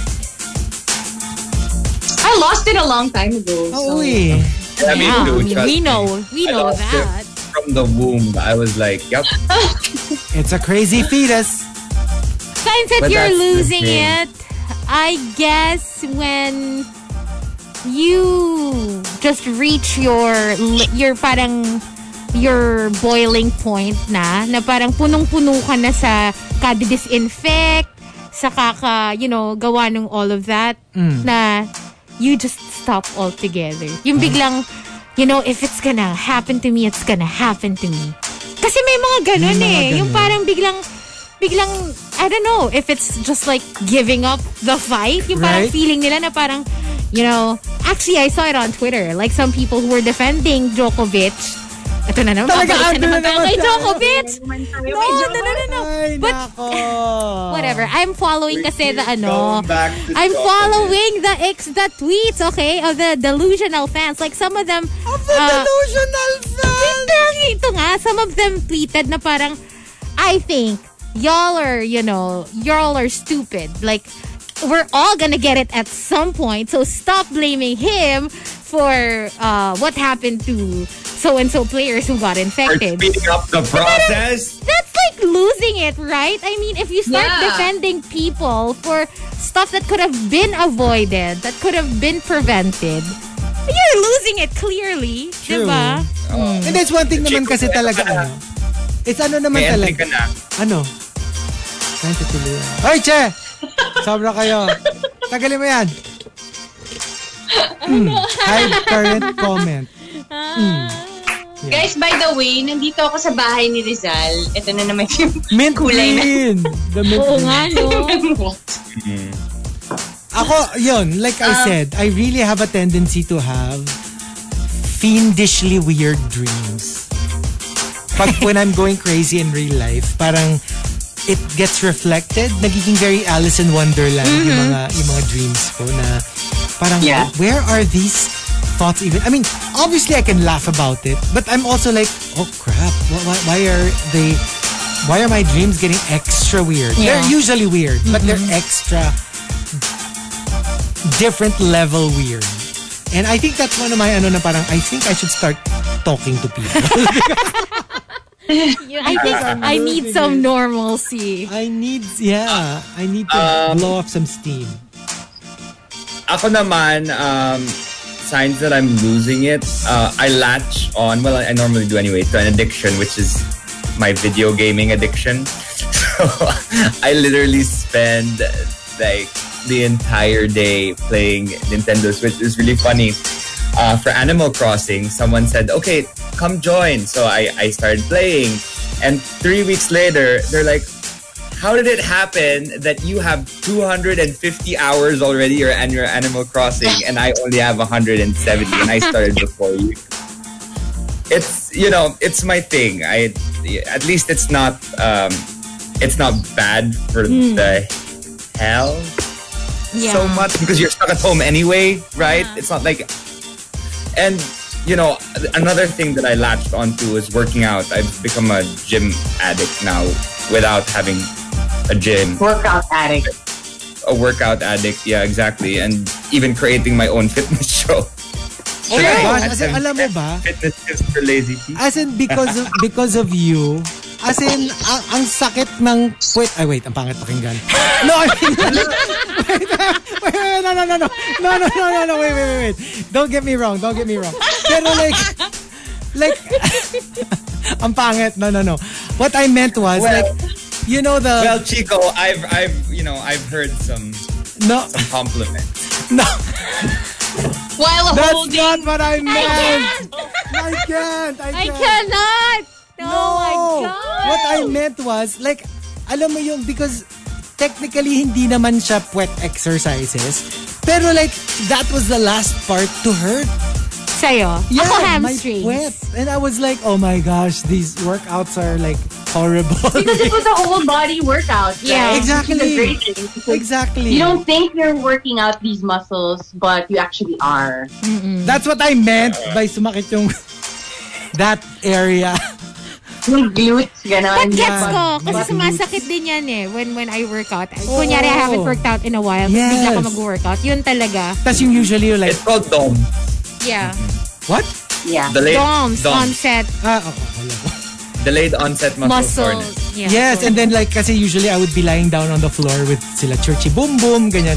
Speaker 6: I lost it a long time ago.
Speaker 2: Oh,
Speaker 6: so-
Speaker 2: eh.
Speaker 13: I mean,
Speaker 3: Yeah,
Speaker 13: dude,
Speaker 3: I mean,
Speaker 13: trust
Speaker 3: we
Speaker 13: me.
Speaker 3: know. We
Speaker 13: I
Speaker 3: know
Speaker 13: lost it
Speaker 3: that.
Speaker 13: From the womb, I was like, "Yep,
Speaker 2: It's a crazy fetus.
Speaker 3: Signs that
Speaker 13: But
Speaker 3: you're
Speaker 13: that's the
Speaker 3: losing
Speaker 13: thing.
Speaker 3: it. I guess when you just reach your li- your parang your boiling point na na parang punong-puno ka na sa kadidisinfect sa kaka you know gawa ng all of that
Speaker 13: Mm.
Speaker 3: na you just stop altogether yung biglang you know if it's gonna happen to me it's gonna happen to me kasi may mga ganun
Speaker 2: May mga
Speaker 3: eh yung
Speaker 2: ganun.
Speaker 3: parang biglang biglang I don't know if it's just like giving up the fight yung
Speaker 2: Right.
Speaker 3: parang feeling nila na parang, you know, actually I saw it on Twitter. Like some people who were defending Djokovic. Ito na naman.
Speaker 2: Talaga,
Speaker 3: babalik na
Speaker 2: andun na
Speaker 3: naman
Speaker 2: naman
Speaker 3: tayo kay
Speaker 2: tayo.
Speaker 3: Djokovic. No, no, no, no, no.
Speaker 2: Ay,
Speaker 3: But-
Speaker 2: nako.
Speaker 3: Whatever. I'm following kasi the ano.
Speaker 13: Going back to
Speaker 3: I'm
Speaker 13: Djokovic.
Speaker 3: following the ex, the tweets, okay, of the delusional fans. Like some of them. Of
Speaker 2: The delusional fan.
Speaker 3: ito nga, some of them tweeted na parang, I think, y'all are, you know, y'all are stupid. Like, we're all gonna get it at some point, so stop blaming him for uh, what happened to so-and-so players who got
Speaker 13: we're
Speaker 3: infected.
Speaker 13: speeding up the process."
Speaker 3: That's like losing it, right? I mean, if you start
Speaker 6: Yeah.
Speaker 3: defending people for stuff that could have been avoided, that could have been prevented, you're losing it clearly,
Speaker 2: True.
Speaker 3: diba?
Speaker 2: And that's one thing naman
Speaker 13: Chico,
Speaker 2: kasi
Speaker 13: kaya
Speaker 2: talaga
Speaker 13: ka na.
Speaker 2: ano. It's ano naman
Speaker 13: Kaya
Speaker 2: talaga.
Speaker 13: ka na.
Speaker 2: Ano? Saan sa tuluyan? Ay, Che! Sobra kayo. Tagalin mo yan. Hmm. Hide current comment.
Speaker 7: Guys, by the way, nandito ako sa bahay ni Rizal. Ito na naman yung
Speaker 2: Mint
Speaker 7: Kulay na.
Speaker 2: green. The mint
Speaker 3: Oo
Speaker 2: green.
Speaker 3: nga, no?
Speaker 2: Oh. Ako, yun, like I said, I really have a tendency to have fiendishly weird dreams. Pag when I'm going crazy in real life, parang it gets reflected. Nagiging very Alice in Wonderland yung, mga, yung mga dreams ko na parang,
Speaker 7: Yeah.
Speaker 2: where are these thoughts even? I mean, obviously I can laugh about it, but I'm also like, oh crap, why, why, why are they, why are my dreams getting extra weird?
Speaker 3: Yeah.
Speaker 2: They're usually weird, but they're extra different level weird. And I think that's one of my ano na parang I think I should start talking to people.
Speaker 3: You- I think
Speaker 2: I'm
Speaker 3: I need
Speaker 2: losing
Speaker 3: some
Speaker 2: it.
Speaker 3: normalcy.
Speaker 2: I need yeah, I need to
Speaker 4: Um,
Speaker 2: blow off some steam.
Speaker 4: Ako naman, um, signs that I'm losing it, uh, I latch on, well, I, I normally do anyway, to an addiction, which is my video gaming addiction. So I literally spend like the entire day playing Nintendo Switch. It's really funny. Uh, for Animal Crossing, someone said, okay, come join. So I, I started playing. And three weeks later, they're like, how did it happen that you have 250 hours already or and your Animal Crossing and I only have 170 and I started before you? It's you know it's my thing. I at least it's not um, it's not bad for
Speaker 3: Hmm.
Speaker 4: the hell
Speaker 3: Yeah.
Speaker 4: so much because you're stuck at home anyway, right? It's not like and you know another thing that I latched onto is working out. I've become a gym addict now without having a gym
Speaker 14: Workout addict.
Speaker 4: a workout addict. Yeah, exactly. And even creating my own fitness show.
Speaker 2: Oh my gosh,
Speaker 4: At
Speaker 2: as in,
Speaker 4: some
Speaker 2: alam mo ba?
Speaker 4: fitness tips for lazy people.
Speaker 2: As in because of, because of you, as in ang, ang sakit ng wait, ay wait, ang pangit pakinggan. No, I mean, wait, wait, wait, no, no, no, no, no, no, no, no, no, wait, wait, wait, wait. Don't get me wrong, don't get me wrong. Pero like, like, ang pangit, no, no, no. What I meant was
Speaker 4: Well-
Speaker 2: like, you know the
Speaker 4: Well, Chico, I've I've you know I've heard some
Speaker 2: no,
Speaker 4: some compliments.
Speaker 2: no.
Speaker 7: While
Speaker 2: That's
Speaker 7: holding.
Speaker 2: not what I meant.
Speaker 3: I can't.
Speaker 2: I can't. I
Speaker 3: I
Speaker 2: can't.
Speaker 3: cannot. Oh No,
Speaker 7: Oh
Speaker 3: I can't.
Speaker 2: What I meant was, like, alam mo yung, because technically hindi naman siya puwet exercises, pero like, that was the last part to hurt.
Speaker 3: Sa'yo. Ako hamstring.
Speaker 2: My puwet. And I was like, oh my gosh, these workouts are like horrible.
Speaker 7: Because it was a whole body workout.
Speaker 3: Yeah.
Speaker 7: right?
Speaker 2: Exactly.
Speaker 7: Which is a great thing. Because
Speaker 2: exactly.
Speaker 7: You don't think you're working out these muscles, but you actually are.
Speaker 2: That's what I meant by sumakit yung that area.
Speaker 7: Yung glutes,
Speaker 3: But
Speaker 7: gano'n.
Speaker 3: gets
Speaker 2: Yeah.
Speaker 3: ko, kasi
Speaker 2: Yeah.
Speaker 3: sumasakit din yan eh when, when I work out. Kunyari, I haven't worked out in a while.
Speaker 2: Oh.
Speaker 3: Yes.
Speaker 2: Yes.
Speaker 3: Bigla ka mag-workout. Yun talaga.
Speaker 2: Tapos yung usually you're like,
Speaker 4: It's called dom.
Speaker 3: Yeah.
Speaker 2: what?
Speaker 7: Yeah.
Speaker 4: Delayed
Speaker 3: Doms,
Speaker 4: dom.
Speaker 3: onset,
Speaker 2: Ah, okay. wala.
Speaker 4: Delayed onset muscle,
Speaker 3: muscle.
Speaker 4: soreness.
Speaker 3: Yeah,
Speaker 2: Yes, and then like kasi usually I would be lying down on the floor with sila Churchy Boom Boom, ganyan.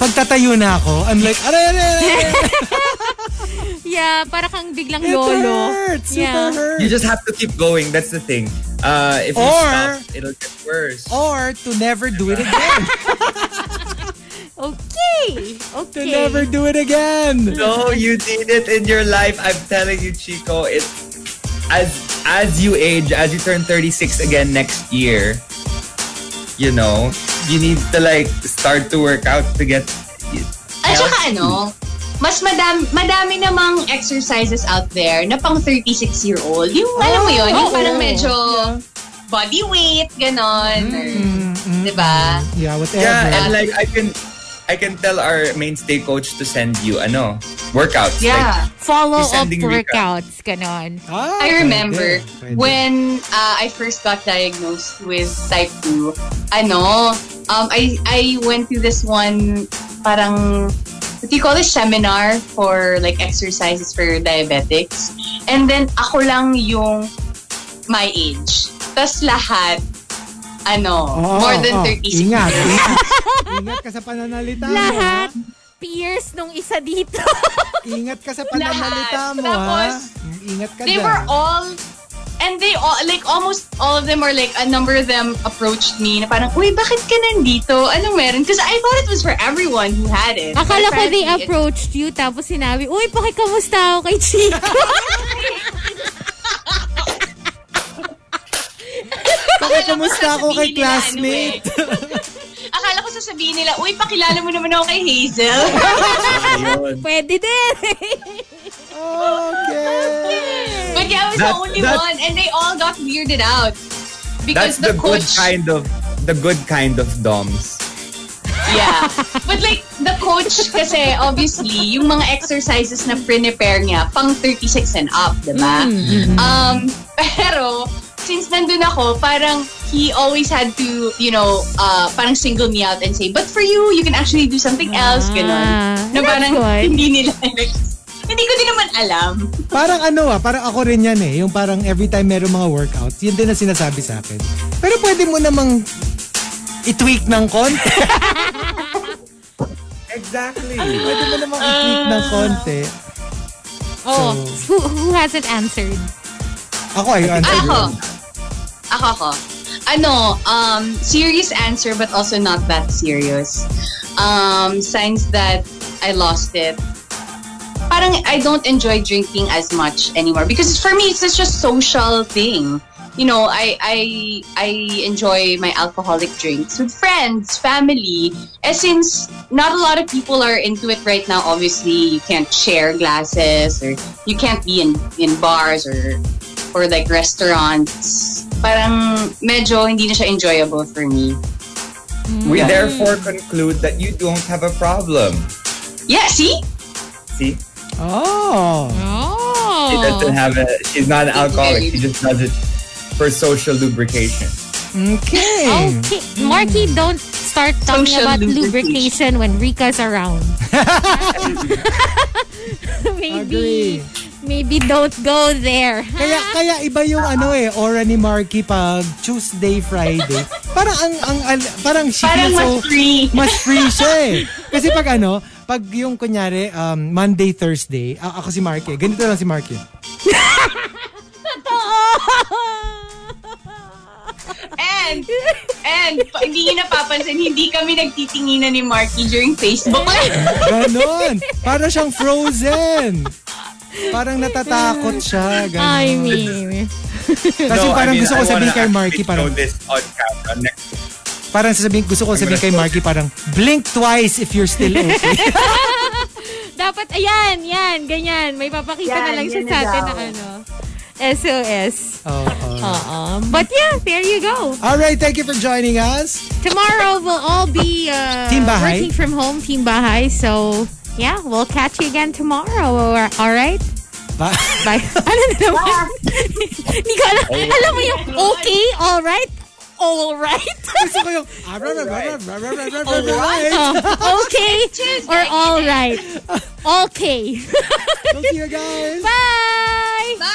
Speaker 2: Pagtatayo na ako, I'm like, aray, aray, aray,
Speaker 3: Yeah, para kang biglang
Speaker 2: it
Speaker 3: lolo.
Speaker 2: hurts, super
Speaker 3: Yeah.
Speaker 2: hurts.
Speaker 4: You just have to keep going. That's the thing. Uh, if you
Speaker 2: Or-
Speaker 4: stop, it'll get worse.
Speaker 2: Or to never do it again.
Speaker 3: Okay.
Speaker 2: to
Speaker 3: Okay.
Speaker 2: never do it again.
Speaker 4: No, you need it in your life. I'm telling you, Chico. It's as as you age, as you turn 36 again next year. You know, you need to like start to work out to get.
Speaker 6: At saka ano, mas madam, madami namang exercises out there na pang 36-year-old. Yung alam mo yun, yung
Speaker 3: oo.
Speaker 6: parang medyo body weight, ganon.
Speaker 3: Mm.
Speaker 6: Or,
Speaker 2: Mm-mm.
Speaker 6: Mm-hmm. diba?
Speaker 2: Mm-hmm. Yeah, whatever.
Speaker 4: Yeah, and like I can, I can tell our mainstay coach to send you ano workouts. Like,
Speaker 6: Yeah.
Speaker 3: Follow
Speaker 4: He's
Speaker 3: up
Speaker 4: sending
Speaker 3: workouts. Ganon.
Speaker 2: Ah,
Speaker 6: I remember
Speaker 2: pwede, pwede.
Speaker 6: when uh, I first got diagnosed with type 2, ano, um, I, I went to this one parang, what do you call this, seminar for like exercises for diabetics. And then ako lang yung my age. Tapos lahat, ano,
Speaker 2: Oo,
Speaker 6: more
Speaker 2: oo.
Speaker 6: than 36
Speaker 2: Ingat, ingat. ingat ka sa pananalita mo.
Speaker 3: Lahat peers nung isa dito.
Speaker 2: ha? Ingat ka sa pananalita
Speaker 6: Lahat.
Speaker 2: mo,
Speaker 6: Tapos,
Speaker 2: ha? Ingat ka
Speaker 6: they
Speaker 2: dyan.
Speaker 6: were all and they all like almost all of them were like a number of them approached me na parang uy bakit ka nandito ano meron because I thought it was for everyone who had it But
Speaker 3: Akala ko they
Speaker 6: apparently it-
Speaker 3: approached you tapos sinabi, Uy, pakikamusta ako kay Chico.
Speaker 2: Pakikamusta ako kay
Speaker 6: Sabihin nila,
Speaker 2: classmate.
Speaker 6: ano, eh. akala ko sasabihin nila uy pakilala mo naman ako kay Hazel
Speaker 4: Ayun.
Speaker 3: Pwede din.
Speaker 2: Okay.
Speaker 6: but yeah I was
Speaker 4: That-
Speaker 6: the only
Speaker 4: that-
Speaker 6: one and they all got weirded out
Speaker 4: That's
Speaker 6: because
Speaker 4: the,
Speaker 6: the,
Speaker 4: good
Speaker 6: coach
Speaker 4: kind of the good kind of DOMs.
Speaker 6: Yeah. But like, the coach kasi, obviously, yung mga exercises na prepare niya, pang
Speaker 3: Mm,
Speaker 6: 36 and up, di ba? Um, pero, since nandun ako, parang
Speaker 7: he always had to, you know, uh, parang single me out and say, but for you, you can actually do something else,
Speaker 3: Ah,
Speaker 7: ganun. Na
Speaker 3: that's
Speaker 7: parang
Speaker 3: good.
Speaker 7: hindi nila, hindi ko din naman alam.
Speaker 2: Parang ano ah, parang ako rin yan eh. Yung parang every time meron mga workouts, yun din ang sinasabi sa akin. Pero pwede mo namang i-tweak ng konti.
Speaker 13: Exactly.
Speaker 2: pwede mo namang i-tweak ng konti.
Speaker 3: Oh, who, who hasn't answered?
Speaker 2: Ako ay answer
Speaker 7: Ako.
Speaker 2: yun.
Speaker 7: Ako, ako. Ano, um, serious answer but also not that serious. Um, signs that I lost it. Parang I don't enjoy drinking as much anymore because for me it's such a social thing. You know, I I I enjoy my alcoholic drinks with friends, family. And since not a lot of people are into it right now, obviously you can't share glasses or you can't be in in bars or or like restaurants, parang medyo hindi na siya enjoyable for me.
Speaker 13: We therefore conclude that you don't have a problem.
Speaker 7: Yeah, see?
Speaker 13: See?
Speaker 2: Oh.
Speaker 13: She doesn't
Speaker 3: Oh.
Speaker 13: have a she's not an alcoholic. She just does it for social lubrication.
Speaker 2: Okay.
Speaker 3: Okay, Marky, don't start talking
Speaker 7: Social
Speaker 3: about lubrication.
Speaker 7: lubrication.
Speaker 3: when Rika's around.
Speaker 2: Agree.
Speaker 3: maybe, maybe don't go there.
Speaker 2: Kaya,
Speaker 7: Ah.
Speaker 2: kaya iba yung ano eh, aura ni Marky pag Tuesday, Friday. Parang ang, ang al- parang she
Speaker 7: Parang
Speaker 2: feels
Speaker 7: mas
Speaker 2: so,
Speaker 7: free.
Speaker 2: mas free siya eh. Kasi pag ano, pag yung kunyari um, Monday, Thursday, a- ako si Marky, ganito lang si Marky.
Speaker 7: And, and, pa- hindi niyo napapansin, hindi kami nagtitinginan ni Marky during Facebook Live.
Speaker 2: Ganon. Para siyang frozen. Parang natatakot siya. Ganon.
Speaker 3: I mean,
Speaker 2: Kasi
Speaker 13: No, I
Speaker 2: parang
Speaker 13: mean,
Speaker 2: gusto ko
Speaker 13: I
Speaker 2: sabihin
Speaker 13: wanna
Speaker 2: kay Marky,
Speaker 13: actually
Speaker 2: parang,
Speaker 13: show this on camera next.
Speaker 2: parang sasabihin, gusto ko sabihin kay Marky, parang, blink twice if you're still okay.
Speaker 3: dapat, ayan, yan, ganyan. May papakita na
Speaker 5: Yan,
Speaker 3: lang siya
Speaker 5: yan
Speaker 3: sa
Speaker 5: na
Speaker 3: atin na
Speaker 5: daw.
Speaker 3: ano. SOS.
Speaker 13: Oh,
Speaker 2: Oo, oo.
Speaker 7: Um,
Speaker 3: Uh-uh. But yeah, there you go.
Speaker 2: Alright, thank you for joining us.
Speaker 3: Tomorrow we'll all be uh,
Speaker 2: Team Bahay.
Speaker 3: working from home, Team Bahay. So yeah, we'll catch you again tomorrow. All right?
Speaker 2: Ba-
Speaker 3: Bye. ano na naman? Hindi ko alam. Alam mo yung okay, all right, all right.
Speaker 2: Gusto ko yung, ah, rah, rah, rah, rah, rah, rah, rah, rah, rah.
Speaker 3: Oh, okay or all right. Okay.
Speaker 2: We'll see you guys.
Speaker 3: Bye.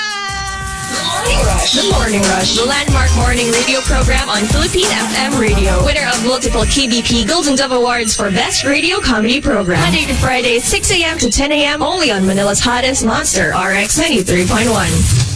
Speaker 1: The Morning Rush. The Morning Rush. The landmark morning radio program on Philippine FM Radio. Winner of multiple KBP Golden Dove Awards for Best Radio Comedy Program. Monday to Friday, 6 a.m. to 10 a.m. Only on Manila's hottest monster, RX 93.1.